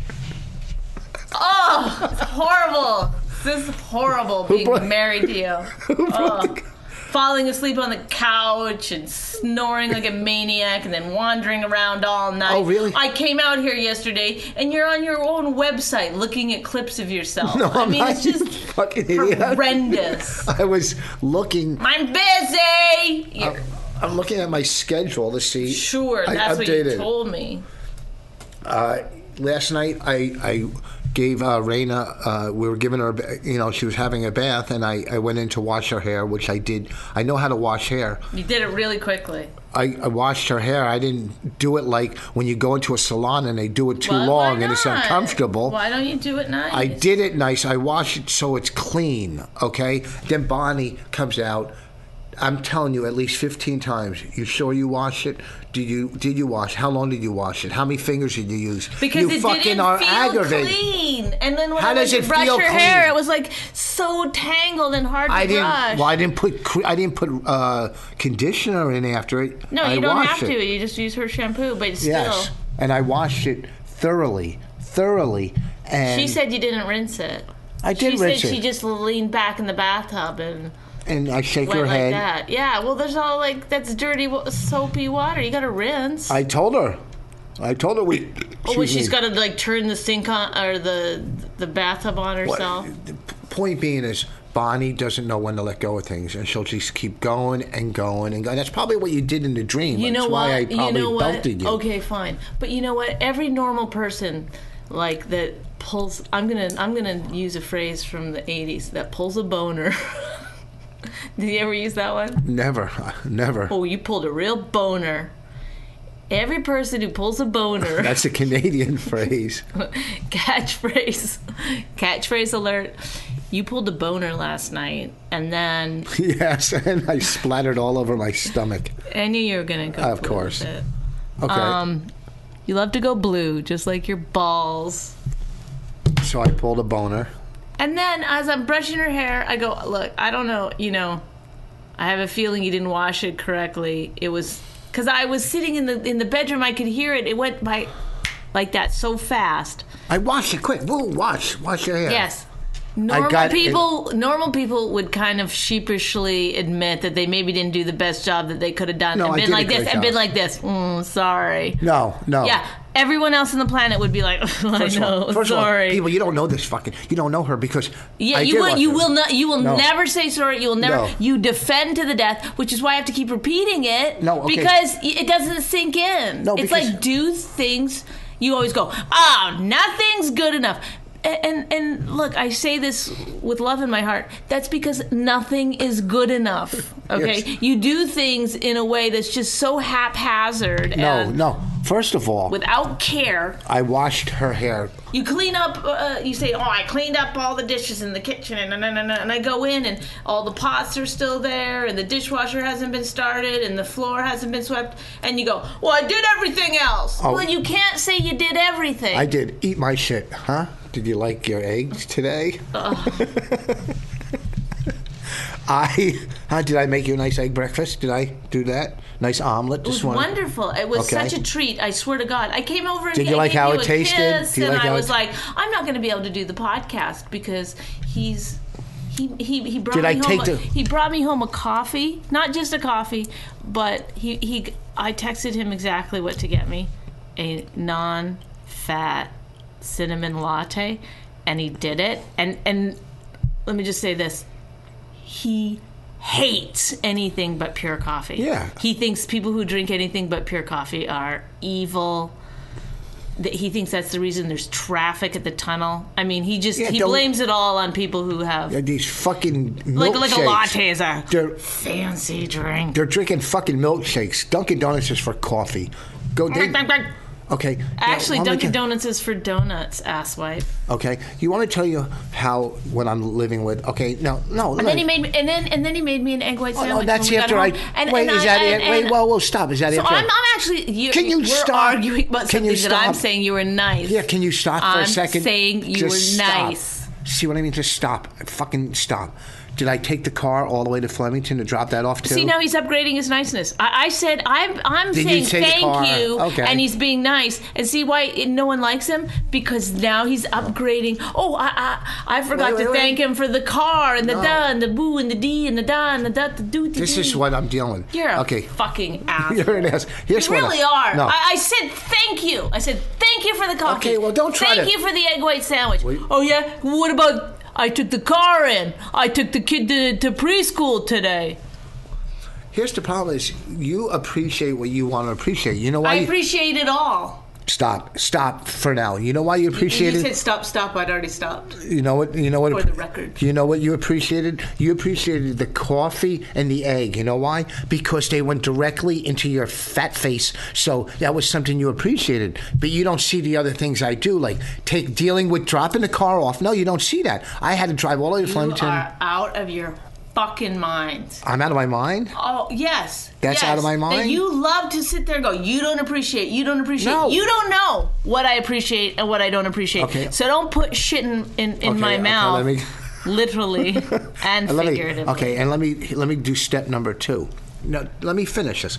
Speaker 3: Oh, it's horrible. This is horrible being
Speaker 2: brought-
Speaker 3: married
Speaker 2: <laughs>
Speaker 3: to you. Oh. Falling asleep on the couch and snoring like a maniac and then wandering around all night.
Speaker 2: Oh, really?
Speaker 3: I came out here yesterday and you're on your own website looking at clips of yourself.
Speaker 2: <laughs> No,
Speaker 3: I
Speaker 2: I'm
Speaker 3: mean,
Speaker 2: not.
Speaker 3: it's
Speaker 2: you
Speaker 3: just
Speaker 2: <laughs> fucking idiot.
Speaker 3: horrendous.
Speaker 2: I was looking. uh,
Speaker 3: I'm busy. You're-
Speaker 2: I'm looking at my schedule to see.
Speaker 3: Sure,
Speaker 2: I
Speaker 3: that's what
Speaker 2: updated.
Speaker 3: you told me.
Speaker 2: uh, Last night, I I gave uh, Raina. Uh, we were giving her. a ba- You know, she was having a bath, and I I went in to wash her hair, which I did. I know how to wash hair.
Speaker 3: You did it really quickly.
Speaker 2: I, I washed her hair. I didn't do it like when you go into a salon and they do it too
Speaker 3: Why- why
Speaker 2: long and it's
Speaker 3: not?
Speaker 2: uncomfortable.
Speaker 3: Why don't you do it nice?
Speaker 2: I did it nice. I wash it so it's clean. Okay. Then Bonnie comes out. I'm telling you at least 15 times. You sure you washed it? Did you did you wash? How long did you wash it? How many fingers did you use?
Speaker 3: Because
Speaker 2: you
Speaker 3: it
Speaker 2: fucking
Speaker 3: didn't
Speaker 2: are
Speaker 3: feel
Speaker 2: aggravated.
Speaker 3: clean. And then when
Speaker 2: How
Speaker 3: I
Speaker 2: does
Speaker 3: went
Speaker 2: it
Speaker 3: to brush
Speaker 2: feel
Speaker 3: her hair,
Speaker 2: clean?
Speaker 3: it was like so tangled and hard
Speaker 2: I
Speaker 3: to
Speaker 2: didn't.
Speaker 3: brush.
Speaker 2: Well, I didn't put cre- I didn't put uh, conditioner in after it.
Speaker 3: no,
Speaker 2: I
Speaker 3: you don't
Speaker 2: washed
Speaker 3: have
Speaker 2: it.
Speaker 3: to. You just use her shampoo, but still.
Speaker 2: Yes, and I washed it thoroughly, thoroughly. And
Speaker 3: She said you didn't rinse it.
Speaker 2: I did
Speaker 3: she
Speaker 2: rinse
Speaker 3: said
Speaker 2: it,
Speaker 3: she just leaned back in the bathtub and
Speaker 2: and I shake
Speaker 3: went
Speaker 2: her
Speaker 3: like
Speaker 2: head.
Speaker 3: that. Yeah, well, there's all like that's dirty, wa- soapy water. You gotta rinse.
Speaker 2: I told her. I told her we.
Speaker 3: Oh, well,
Speaker 2: excuse
Speaker 3: she's
Speaker 2: me.
Speaker 3: got to like turn the sink on or the the bathtub on
Speaker 2: But
Speaker 3: herself.
Speaker 2: The p- point being is, Bonnie doesn't know when to let go of things, and she'll just keep going and going and going. That's probably what you did in the dream.
Speaker 3: You
Speaker 2: That's
Speaker 3: know
Speaker 2: why
Speaker 3: what?
Speaker 2: I
Speaker 3: you
Speaker 2: probably
Speaker 3: know what?
Speaker 2: belted you.
Speaker 3: Okay, fine. But you know what? Every normal person, like that pulls. I'm gonna I'm gonna use a phrase from the '80s that pulls a boner. <laughs> Did you ever use that one?
Speaker 2: Never, <laughs> never.
Speaker 3: Oh, you pulled a real boner. Every person who pulls
Speaker 2: <laughs>
Speaker 3: a boner, <laughs>
Speaker 2: That's a Canadian phrase.
Speaker 3: catchphrase, <laughs> catchphrase alert. You pulled a boner last night, and then
Speaker 2: Yes, and I splattered all over my stomach.
Speaker 3: I knew you were gonna go.
Speaker 2: Of
Speaker 3: blue
Speaker 2: course.
Speaker 3: with it.
Speaker 2: Okay,
Speaker 3: Um, you love to go blue, just like your balls.
Speaker 2: so I pulled a boner.
Speaker 3: And then as I'm brushing her hair, I go, look, I don't know, you know, I have a feeling you didn't wash it correctly. It was because I was sitting in the in the bedroom, I could hear it. It went by like that so fast.
Speaker 2: I washed it quick. Whoa, wash, wash your hair.
Speaker 3: Yes. Normal
Speaker 2: got it.
Speaker 3: people normal people would kind of sheepishly admit that they maybe didn't do the best job that they could have done
Speaker 2: No,
Speaker 3: and
Speaker 2: I
Speaker 3: been
Speaker 2: did a
Speaker 3: like this
Speaker 2: great
Speaker 3: and been
Speaker 2: job.
Speaker 3: like this. Mm, sorry.
Speaker 2: No, no.
Speaker 3: Yeah. Everyone else on the planet would be like, <laughs> I
Speaker 2: First of all-
Speaker 3: know,
Speaker 2: first of all,
Speaker 3: sorry.
Speaker 2: people, you don't know this fucking. You don't know her because.
Speaker 3: Yeah,
Speaker 2: I
Speaker 3: you
Speaker 2: did
Speaker 3: will.
Speaker 2: wash
Speaker 3: You
Speaker 2: it.
Speaker 3: will not. You will
Speaker 2: No.
Speaker 3: never say sorry. You will never.
Speaker 2: No.
Speaker 3: You defend to the death, which is why I have to keep repeating it.
Speaker 2: No, okay.
Speaker 3: because y- it doesn't sink in.
Speaker 2: No,
Speaker 3: it's
Speaker 2: because-
Speaker 3: like do things. You always go, oh, nothing's good enough. A- And and look, I say this with love in my heart. That's because nothing is
Speaker 2: <laughs>
Speaker 3: good enough. Okay,
Speaker 2: Yes.
Speaker 3: you do things in a way that's just so haphazard
Speaker 2: No,
Speaker 3: and
Speaker 2: no. First of all,
Speaker 3: without care.
Speaker 2: I washed her hair
Speaker 3: You clean up. Uh, you say, "Oh, I cleaned up all the dishes in the kitchen," and and, and and I go in, and all the pots are still there, and the dishwasher hasn't been started, and the floor hasn't been swept. And you go, "Well, I did everything else."
Speaker 2: Oh.
Speaker 3: Well, you can't say you did everything.
Speaker 2: I did. Eat my shit, huh? Did you like your eggs today? <laughs> I huh, did. I make you a nice egg breakfast. Did I do that? Nice omelet.
Speaker 3: it was
Speaker 2: This one.
Speaker 3: wonderful. It was
Speaker 2: Okay.
Speaker 3: such a treat. I swear to God, I came over and
Speaker 2: Did you
Speaker 3: I
Speaker 2: like
Speaker 3: gave
Speaker 2: how
Speaker 3: you
Speaker 2: it
Speaker 3: a
Speaker 2: tasted?
Speaker 3: Kiss,
Speaker 2: Do you
Speaker 3: and
Speaker 2: like
Speaker 3: I
Speaker 2: how it-
Speaker 3: was like, "I'm not going to be able to do the podcast because he's." He, he, he brought
Speaker 2: Did
Speaker 3: me
Speaker 2: I
Speaker 3: home
Speaker 2: take the-
Speaker 3: a, he brought me home a coffee not just a coffee but he, he I texted him exactly what to get me a non fat cinnamon latte and he did it and and let me just say this he hates anything but pure coffee
Speaker 2: Yeah.
Speaker 3: he thinks people who drink anything but pure coffee are evil Th- he thinks that's the reason there's traffic at the tunnel. I mean, he just
Speaker 2: Yeah,
Speaker 3: he
Speaker 2: don't-
Speaker 3: blames it all on people who have
Speaker 2: Uh, These fucking
Speaker 3: like like a
Speaker 2: milkshakes.
Speaker 3: latte is a
Speaker 2: They're
Speaker 3: fancy drink.
Speaker 2: they're drinking fucking milkshakes. Dunkin' Donuts is for coffee. Go. They, okay. now,
Speaker 3: Actually,
Speaker 2: let me
Speaker 3: Dunkin'
Speaker 2: tell-
Speaker 3: Donuts is for donuts, asswipe.
Speaker 2: Okay. You want to tell you how what I'm living with? Okay. No. No.
Speaker 3: And then he made me, and then and then he made me an egg white
Speaker 2: Oh, no,
Speaker 3: sandwich.
Speaker 2: that's
Speaker 3: when we got
Speaker 2: after I.
Speaker 3: home. And-
Speaker 2: wait,
Speaker 3: and
Speaker 2: is
Speaker 3: I-
Speaker 2: that
Speaker 3: and-
Speaker 2: it? Wait,
Speaker 3: and-
Speaker 2: whoa, whoa, stop. Is that
Speaker 3: So
Speaker 2: after I-
Speaker 3: I'm, I'm actually. You,
Speaker 2: Can you
Speaker 3: we're
Speaker 2: stop?
Speaker 3: arguing about
Speaker 2: Can
Speaker 3: something
Speaker 2: you
Speaker 3: that I'm
Speaker 2: stop?
Speaker 3: saying you were nice.
Speaker 2: Yeah, can you stop for
Speaker 3: I'm
Speaker 2: a second?
Speaker 3: saying you
Speaker 2: Just
Speaker 3: were
Speaker 2: stop.
Speaker 3: nice.
Speaker 2: See what I mean? Just stop. Fucking stop. Did I take the car all the way to Flemington to drop that off too?
Speaker 3: See now he's upgrading his niceness. I, I said I'm I'm
Speaker 2: Did you
Speaker 3: saying
Speaker 2: say the car?
Speaker 3: thank you,
Speaker 2: Okay.
Speaker 3: and he's being nice. And see why it- no one likes him because now he's upgrading. Oh, I I, I forgot
Speaker 2: Wait,
Speaker 3: to
Speaker 2: wait, wait.
Speaker 3: thank him for the car and the
Speaker 2: No.
Speaker 3: da and the boo and the d and the da and the da the do. the
Speaker 2: This is
Speaker 3: dee.
Speaker 2: what I'm dealing.
Speaker 3: You're a
Speaker 2: okay.
Speaker 3: fucking ass.
Speaker 2: <laughs> You're an ass. Here's
Speaker 3: You
Speaker 2: what I-
Speaker 3: really are.
Speaker 2: No.
Speaker 3: I, I said thank you. I said thank you for the coffee.
Speaker 2: Okay, well, don't try
Speaker 3: Thank
Speaker 2: to-
Speaker 3: you for the egg white sandwich. Oh yeah. What about? I took the car in. I took the kid to, to preschool today.
Speaker 2: Here's the problem: is you appreciate what you want to appreciate. You know why?
Speaker 3: I
Speaker 2: you-
Speaker 3: appreciate it all.
Speaker 2: stop. Stop for now. You know why you
Speaker 3: You
Speaker 2: appreciate
Speaker 3: said
Speaker 2: it?
Speaker 3: stop, stop. I'd already stopped.
Speaker 2: You know what? You know what?
Speaker 3: For the record.
Speaker 2: You know what you appreciated? You appreciated the coffee and the egg. You know why? Because they went directly into your fat face. So that was something you appreciated. But you don't see the other things I do, like take dealing with dropping the car off. No, you don't see that. I had to drive all the way to
Speaker 3: You
Speaker 2: Flemington.
Speaker 3: are out of your fucking mind.
Speaker 2: I'm out of my mind.
Speaker 3: Oh yes,
Speaker 2: That's
Speaker 3: yes.
Speaker 2: out of my
Speaker 3: That
Speaker 2: mind?
Speaker 3: you love to sit there and go. You don't appreciate. You don't appreciate.
Speaker 2: No.
Speaker 3: You don't know what I appreciate and what I don't appreciate.
Speaker 2: Okay.
Speaker 3: So don't put shit in in, in
Speaker 2: Okay,
Speaker 3: my
Speaker 2: okay,
Speaker 3: mouth.
Speaker 2: let me- <laughs>
Speaker 3: Literally and
Speaker 2: And let me,
Speaker 3: figuratively.
Speaker 2: okay, and let me let me do step number two. No, let me finish this.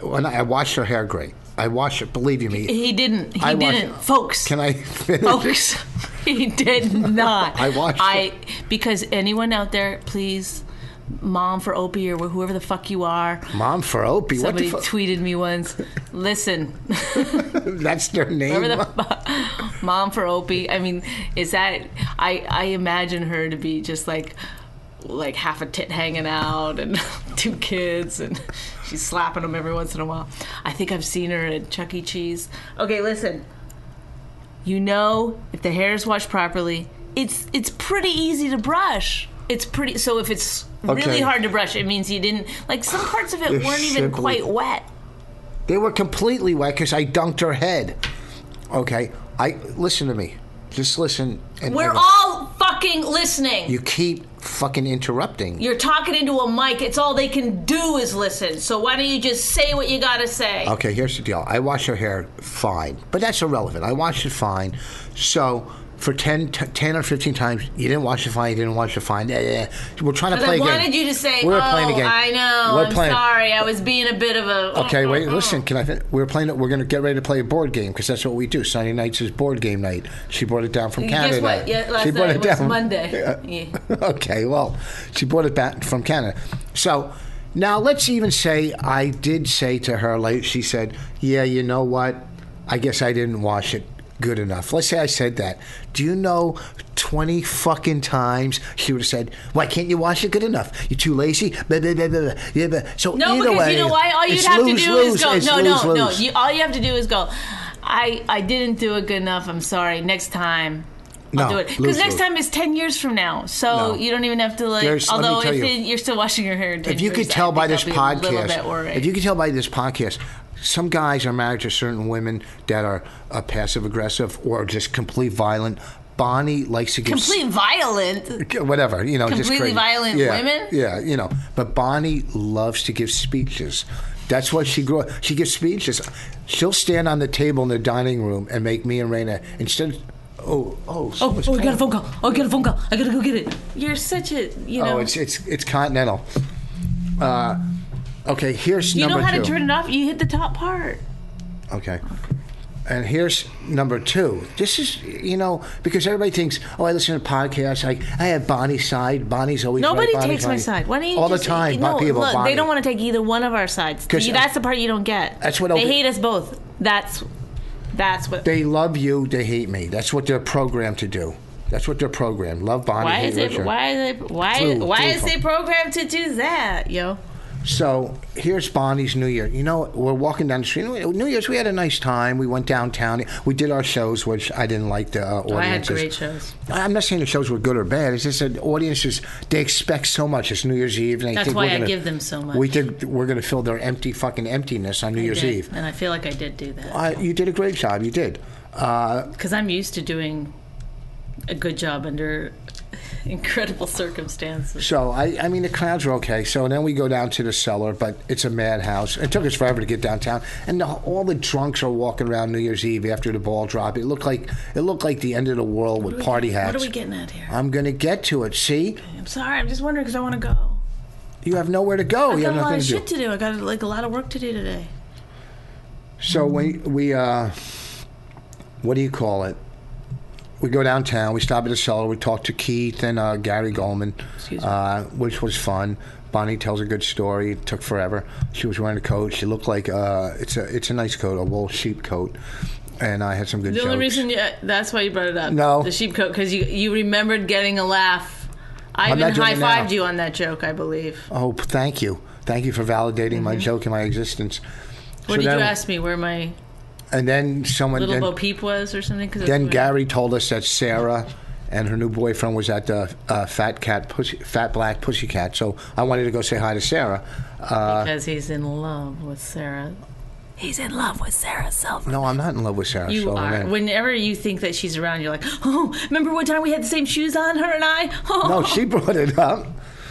Speaker 2: When I, I washed her hair great. I washed it. Believe you me.
Speaker 3: He didn't. He
Speaker 2: I watch-
Speaker 3: didn't, folks.
Speaker 2: Can I finish?
Speaker 3: folks. <laughs> he did not.
Speaker 2: <laughs> I watched
Speaker 3: I because anyone out there, please, mom for Opie or whoever the fuck you are. <laughs>
Speaker 2: Mom for Opie.
Speaker 3: Oh, Somebody
Speaker 2: what the fu-
Speaker 3: tweeted me once. Listen,
Speaker 2: <laughs> That's their name.
Speaker 3: whatever the fu- <laughs> mom for Opie. I mean, is that? I I imagine her to be just like like half a tit hanging out and <laughs> two kids and <laughs> she's slapping them every once in a while. I think I've seen her at Chuck E. Cheese. Okay, listen. You know, if the hair is washed properly, it's it's pretty easy to brush. It's pretty. So if it's
Speaker 2: Okay.
Speaker 3: really hard to brush, it means you didn't like some parts of it
Speaker 2: They're
Speaker 3: weren't even
Speaker 2: simply-
Speaker 3: quite wet.
Speaker 2: <laughs> They were completely wet because I dunked her head. Okay, I listen to me. Just listen. And,
Speaker 3: We're
Speaker 2: and-
Speaker 3: all fucking listening.
Speaker 2: You keep fucking interrupting.
Speaker 3: You're talking into a mic. It's all they can do is listen. So why don't you just say what you gotta say?
Speaker 2: Okay, here's the deal. I wash her hair fine, but that's irrelevant. I wash it fine. So for 10, t- 10 or 15 times, you didn't wash it fine, you didn't wash it fine. Eh, eh, eh. We're trying to
Speaker 3: But
Speaker 2: play
Speaker 3: I
Speaker 2: a game.
Speaker 3: wanted you to say,
Speaker 2: We
Speaker 3: "Oh,
Speaker 2: were playing a game.
Speaker 3: I know.
Speaker 2: We're
Speaker 3: I'm
Speaker 2: playing-
Speaker 3: sorry. I was being a oh, bit of a."
Speaker 2: Okay, wait, listen, can I fin- We're playing it. We're going to get ready to play a board game because that's what we do. Sunday nights is board game night. She brought it down from Canada.
Speaker 3: Guess what? Yeah, last
Speaker 2: she brought
Speaker 3: night
Speaker 2: it
Speaker 3: was
Speaker 2: down.
Speaker 3: Monday.
Speaker 2: Yeah.
Speaker 3: Yeah.
Speaker 2: <laughs> okay, well, she brought it back from Canada. So now let's even say I did say to her, like she said, yeah, you know what? I guess I didn't wash it good enough. Let's say I said that. Do you know 20 fucking times she would have said, why can't you wash it good enough? You're too lazy? Blah, blah, blah, blah, blah. Yeah, but, so
Speaker 3: No,
Speaker 2: either
Speaker 3: because
Speaker 2: way,
Speaker 3: you know why? All you'd
Speaker 2: it's
Speaker 3: have
Speaker 2: lose,
Speaker 3: to do
Speaker 2: lose.
Speaker 3: is go.
Speaker 2: It's
Speaker 3: no,
Speaker 2: lose,
Speaker 3: no,
Speaker 2: lose.
Speaker 3: no. You, all you have to do is go. I I didn't do it good enough. I'm sorry. Next time. I'll
Speaker 2: No,
Speaker 3: do it because
Speaker 2: Oh, lose,
Speaker 3: next
Speaker 2: lose.
Speaker 3: time is ten years from now, so
Speaker 2: No.
Speaker 3: you don't even have to like.
Speaker 2: There's- let me
Speaker 3: although
Speaker 2: tell
Speaker 3: if
Speaker 2: you.
Speaker 3: it- you're still washing your hair, in 10
Speaker 2: if you
Speaker 3: years,
Speaker 2: could
Speaker 3: I
Speaker 2: tell by
Speaker 3: think
Speaker 2: this
Speaker 3: I'll be a little bit
Speaker 2: podcast,
Speaker 3: worried.
Speaker 2: if you could tell by this podcast, some guys are married to certain women that are uh, passive aggressive or just complete violent. Bonnie likes to give s-
Speaker 3: complete violent.
Speaker 2: whatever you know, just
Speaker 3: Completely
Speaker 2: crazy.
Speaker 3: violent
Speaker 2: yeah,
Speaker 3: women?
Speaker 2: Yeah, you know, but Bonnie loves to give speeches. That's what she grew. She gives speeches. She'll stand on the table in the dining room and make me and Raina instead. of- Oh, oh,
Speaker 3: Oh,
Speaker 2: someone's
Speaker 3: oh, I got a
Speaker 2: calling.
Speaker 3: phone call. Oh, I got a phone call. I gotta go get it. You're such a you know.
Speaker 2: Oh, it's it's it's continental. Uh, okay, here's
Speaker 3: you
Speaker 2: number
Speaker 3: know how
Speaker 2: two.
Speaker 3: to turn it off. You hit the top part.
Speaker 2: Okay. And here's number two. This is, you know, because everybody thinks, oh, I listen to podcasts. I, I have Bonnie's side. Bonnie's always right,
Speaker 3: Nobody
Speaker 2: Bonnie's
Speaker 3: takes my
Speaker 2: right.
Speaker 3: side. Why don't you
Speaker 2: all
Speaker 3: just-
Speaker 2: the time?
Speaker 3: No,
Speaker 2: Bonnie, people,
Speaker 3: look,
Speaker 2: Bonnie.
Speaker 3: they don't want to take either one of our sides.
Speaker 2: 'Cause,
Speaker 3: You-
Speaker 2: uh,
Speaker 3: that's the part you don't get.
Speaker 2: that's what
Speaker 3: they
Speaker 2: I'll-
Speaker 3: hate us both. That's that's what.
Speaker 2: They love you. They hate me. That's what they're programmed to do. That's what they're programmed. Love Bonnie.
Speaker 3: why
Speaker 2: hate
Speaker 3: is it?
Speaker 2: Richard.
Speaker 3: Why is it? Why
Speaker 2: True,
Speaker 3: why
Speaker 2: true
Speaker 3: is they
Speaker 2: phone.
Speaker 3: programmed to do that? Yo,
Speaker 2: So here's Bonnie's New Year. You know, we're walking down the street. New Year's, we had a nice time. We went downtown. We did our shows, which I didn't like the uh, audiences.
Speaker 3: Oh, I had great shows.
Speaker 2: I'm not saying the shows were good or bad. It's just that audiences they expect so much. It's New Year's Eve, and I
Speaker 3: That's
Speaker 2: think
Speaker 3: why
Speaker 2: we're
Speaker 3: I
Speaker 2: gonna,
Speaker 3: give them so much.
Speaker 2: We think we're going to fill their empty fucking emptiness on New Year's
Speaker 3: Yeah,
Speaker 2: Eve.
Speaker 3: and I feel like I did do that
Speaker 2: Uh, you did a great job. You did. Uh,
Speaker 3: because I'm used to doing a good job under incredible circumstances.
Speaker 2: so I, I mean, the crowds were okay. So then we go down to the cellar, but it's a madhouse. It took us forever to get downtown, and the, all the drunks are walking around New Year's Eve after the ball drop. It looked like it looked like the end of the world with party hats.
Speaker 3: What are we getting at here?
Speaker 2: I'm going to get to it. See,
Speaker 3: I'm sorry. I'm just wondering because I want to go.
Speaker 2: you have nowhere to go.
Speaker 3: I
Speaker 2: you
Speaker 3: got
Speaker 2: have
Speaker 3: a lot
Speaker 2: nothing
Speaker 3: of
Speaker 2: to do.
Speaker 3: shit to do. I got like a lot of work to do today.
Speaker 2: So we we uh, what do you call it? We go downtown. We stop at a cellar. We talk to Keith and uh, Gary Goldman,
Speaker 3: Excuse me.
Speaker 2: uh, which was fun. Bonnie tells a good story. It took forever. She was wearing a coat. She looked like uh, it's a it's a nice coat, a wool sheep coat. And I had some good
Speaker 3: The only
Speaker 2: jokes.
Speaker 3: reason you, uh, that's why you brought it up.
Speaker 2: No.
Speaker 3: The sheep coat, because you, you remembered getting a laugh. I
Speaker 2: I'm
Speaker 3: even
Speaker 2: not doing
Speaker 3: high
Speaker 2: it now.
Speaker 3: fived you on that joke, I believe.
Speaker 2: oh, p- thank you, thank you for validating my joke and my existence.
Speaker 3: Mm-hmm. What did you ask me? Where my
Speaker 2: And then someone
Speaker 3: little
Speaker 2: then,
Speaker 3: Bo Peep was or something? Cause that's
Speaker 2: Then
Speaker 3: what-
Speaker 2: Gary told us that Sarah and her new boyfriend was at the uh, Fat Cat Pussy, Fat Black Pussycat. So I wanted to go say hi to Sarah. Uh,
Speaker 3: Because he's in love with Sarah. He's in love with Sarah Silver.
Speaker 2: no, I'm not in love with Sarah.
Speaker 3: You
Speaker 2: so
Speaker 3: are.
Speaker 2: man.
Speaker 3: Whenever you think that she's <laughs> around, you're like, oh, remember one time we had the same shoes on, her and I?
Speaker 2: no, she brought it up.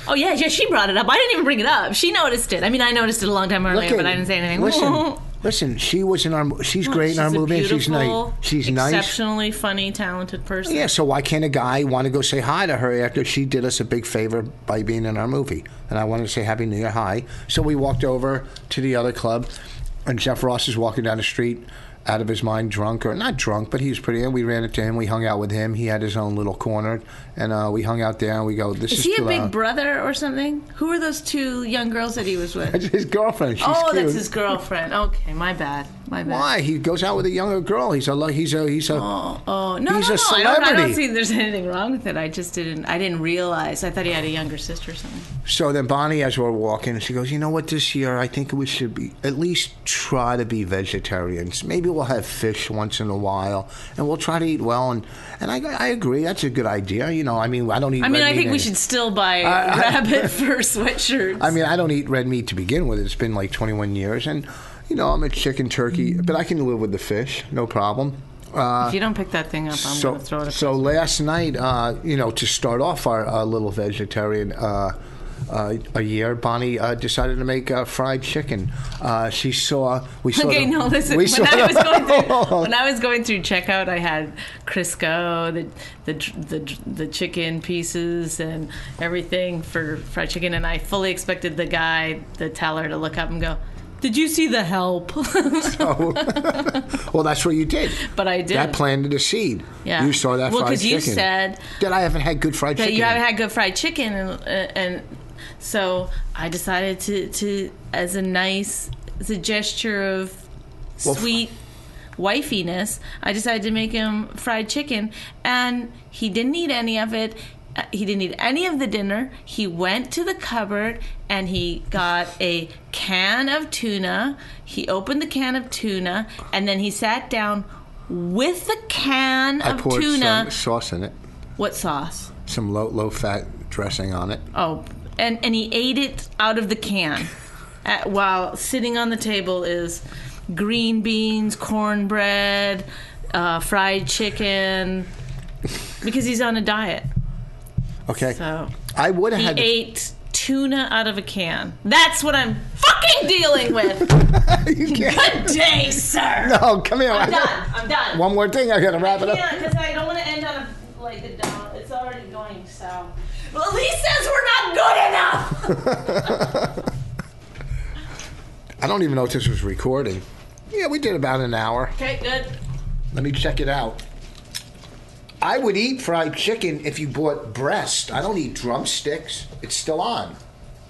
Speaker 6: Oh yeah, yeah. She brought it up. I didn't even bring it up. She noticed it. I mean, I noticed it a long time
Speaker 3: Oh,
Speaker 6: earlier,
Speaker 2: Look
Speaker 6: but
Speaker 2: at-
Speaker 6: I didn't say anything.
Speaker 3: <laughs>
Speaker 2: Listen, listen. She was in our. mo- She's great in our
Speaker 3: She's a
Speaker 2: movie. and She's nice.
Speaker 3: beautiful,
Speaker 2: She's nice.
Speaker 3: Exceptionally funny, talented person.
Speaker 2: Yeah. So why can't a guy want to go say hi to her after she did us a big favor by being in our movie? And I wanted to say Happy New Year, hi. So we walked over to the other club, and Jeff Ross is walking down the street. Out of his mind, drunk or not drunk, but he was pretty. We ran into him. We hung out with him. He had his own little corner, and uh, we hung out there. And we go, "This is,
Speaker 3: Is he a
Speaker 2: too
Speaker 3: big
Speaker 2: loud." <laughs>
Speaker 3: brother or something? Who are those two young girls that he was with?
Speaker 2: That's his girlfriend. She's
Speaker 3: Oh,
Speaker 2: cute.
Speaker 3: that's his girlfriend. Okay, my bad. My bad.
Speaker 2: Why he goes out with a younger girl? He's a lo- he's a he's a
Speaker 3: Oh no,
Speaker 2: He's
Speaker 3: no,
Speaker 2: a
Speaker 3: no! I don't, I
Speaker 2: celebrity.
Speaker 3: don't see there's anything wrong with it. I just didn't. I didn't realize. I thought he had a younger sister or something.
Speaker 2: So then Bonnie, as we're walking, she goes, "You know what? This year, I think we should be at least try to be vegetarians. Maybe we'll have fish once in a while, and we'll try to eat well." And and I, I agree, that's a good idea. You know, I mean, I don't eat.
Speaker 3: I mean,
Speaker 2: red
Speaker 3: I think
Speaker 2: meat
Speaker 3: we
Speaker 2: any-
Speaker 3: should still
Speaker 2: I- <laughs>
Speaker 3: buy <laughs> rabbit fur sweatshirts.
Speaker 2: I mean, I don't eat red meat to begin with. It's been like 21 years, and you know, I'm a chicken turkey, but I can live with the fish, no problem. Uh,
Speaker 3: if you don't pick that thing up, I'm
Speaker 2: so
Speaker 3: gonna throw it.
Speaker 2: so last night, uh, you know, to start off our, uh little vegetarian uh, uh, a year, Bonnie uh, decided to make uh, fried chicken. Uh, she saw we saw
Speaker 3: Okay,
Speaker 2: the-
Speaker 3: no, listen.
Speaker 2: we
Speaker 3: When
Speaker 2: saw
Speaker 3: I,
Speaker 2: the-
Speaker 3: was
Speaker 2: <laughs>
Speaker 3: going through, when I was going through checkout, I had Crisco, the the the the chicken pieces and everything for fried chicken, and I fully expected the guy, the teller, to look up and go, "Did you see the help?" <laughs>
Speaker 2: well, that's what you did.
Speaker 3: but I did.
Speaker 2: That planted a seed.
Speaker 3: Yeah.
Speaker 2: you saw that
Speaker 3: Well,
Speaker 2: fried
Speaker 3: 'cause you
Speaker 2: chicken.
Speaker 3: said
Speaker 2: that I haven't had good fried
Speaker 3: that
Speaker 2: chicken.
Speaker 3: you
Speaker 2: in.
Speaker 3: haven't had good fried chicken and and so I decided to to as a nice as a gesture of
Speaker 2: Well, f-
Speaker 3: sweet wifiness, I decided to make him fried chicken and he didn't eat any of it. Uh, He didn't eat any of the dinner. He went to the cupboard and he got a can of tuna. He opened the can of tuna and then he sat down with the can
Speaker 2: I
Speaker 3: of
Speaker 2: poured
Speaker 3: tuna.
Speaker 2: some sauce in it,
Speaker 3: What sauce?
Speaker 2: some low low fat dressing on it.
Speaker 3: Oh, and and he ate it out of the
Speaker 2: <laughs>
Speaker 3: can, at, while sitting on the table is green beans, cornbread, uh, fried chicken, because he's on a diet.
Speaker 2: Okay,
Speaker 3: Oh, So
Speaker 2: I would have
Speaker 3: he
Speaker 2: Oh. had.
Speaker 3: ate tuna out of a can. That's what I'm fucking dealing with.
Speaker 2: <laughs> you can't.
Speaker 3: Good <laughs> day, sir.
Speaker 2: No, come here.
Speaker 3: I'm done. I'm done.
Speaker 2: One more thing. I gotta wrap it up.
Speaker 3: Yeah, because I don't want to end on a like a down. It's already going so. Well, he says we're not good enough.
Speaker 2: <laughs> I don't even know if this was recording. Yeah, we did about an hour.
Speaker 3: Okay, good.
Speaker 2: Let me check it out. I would eat fried chicken if you bought breast. I don't eat drumsticks. It's still on.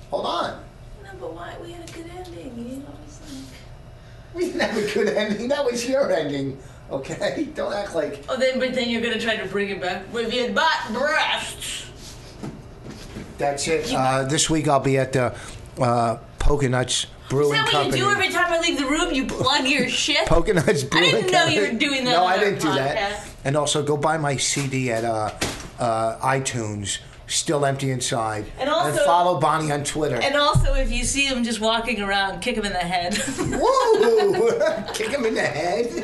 Speaker 2: Hold on.
Speaker 3: No, but why? We had a good ending. You know, it's like...
Speaker 2: We didn't have a good ending. That was your ending. Okay? Don't act like.
Speaker 3: Oh, then, but then you're gonna try to bring it back with your butt breasts.
Speaker 2: That's it. Uh, this week I'll be at the uh, Poconuts Brewing
Speaker 6: Is that what
Speaker 2: Company.
Speaker 6: you do every time I leave the room? You plug your shit.
Speaker 2: Poconuts
Speaker 6: I
Speaker 2: Brewing
Speaker 6: didn't know
Speaker 2: Company.
Speaker 6: you were doing that
Speaker 2: No,
Speaker 6: on
Speaker 2: I
Speaker 6: our
Speaker 2: didn't do
Speaker 6: podcast.
Speaker 2: that. And also, go buy my CD at uh, uh, iTunes. Still empty inside.
Speaker 6: And also-
Speaker 2: follow Bonnie on Twitter.
Speaker 6: And also, if you see him just walking around, kick him in the head. <laughs>
Speaker 2: Woo! <laughs> Kick him in the head.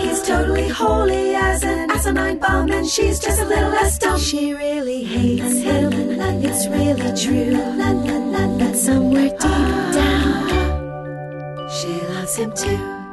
Speaker 1: He's totally holy as an asinine bomb, and she's just a little less dumb. She really hates him, it's really true. But somewhere deep down, she loves him too.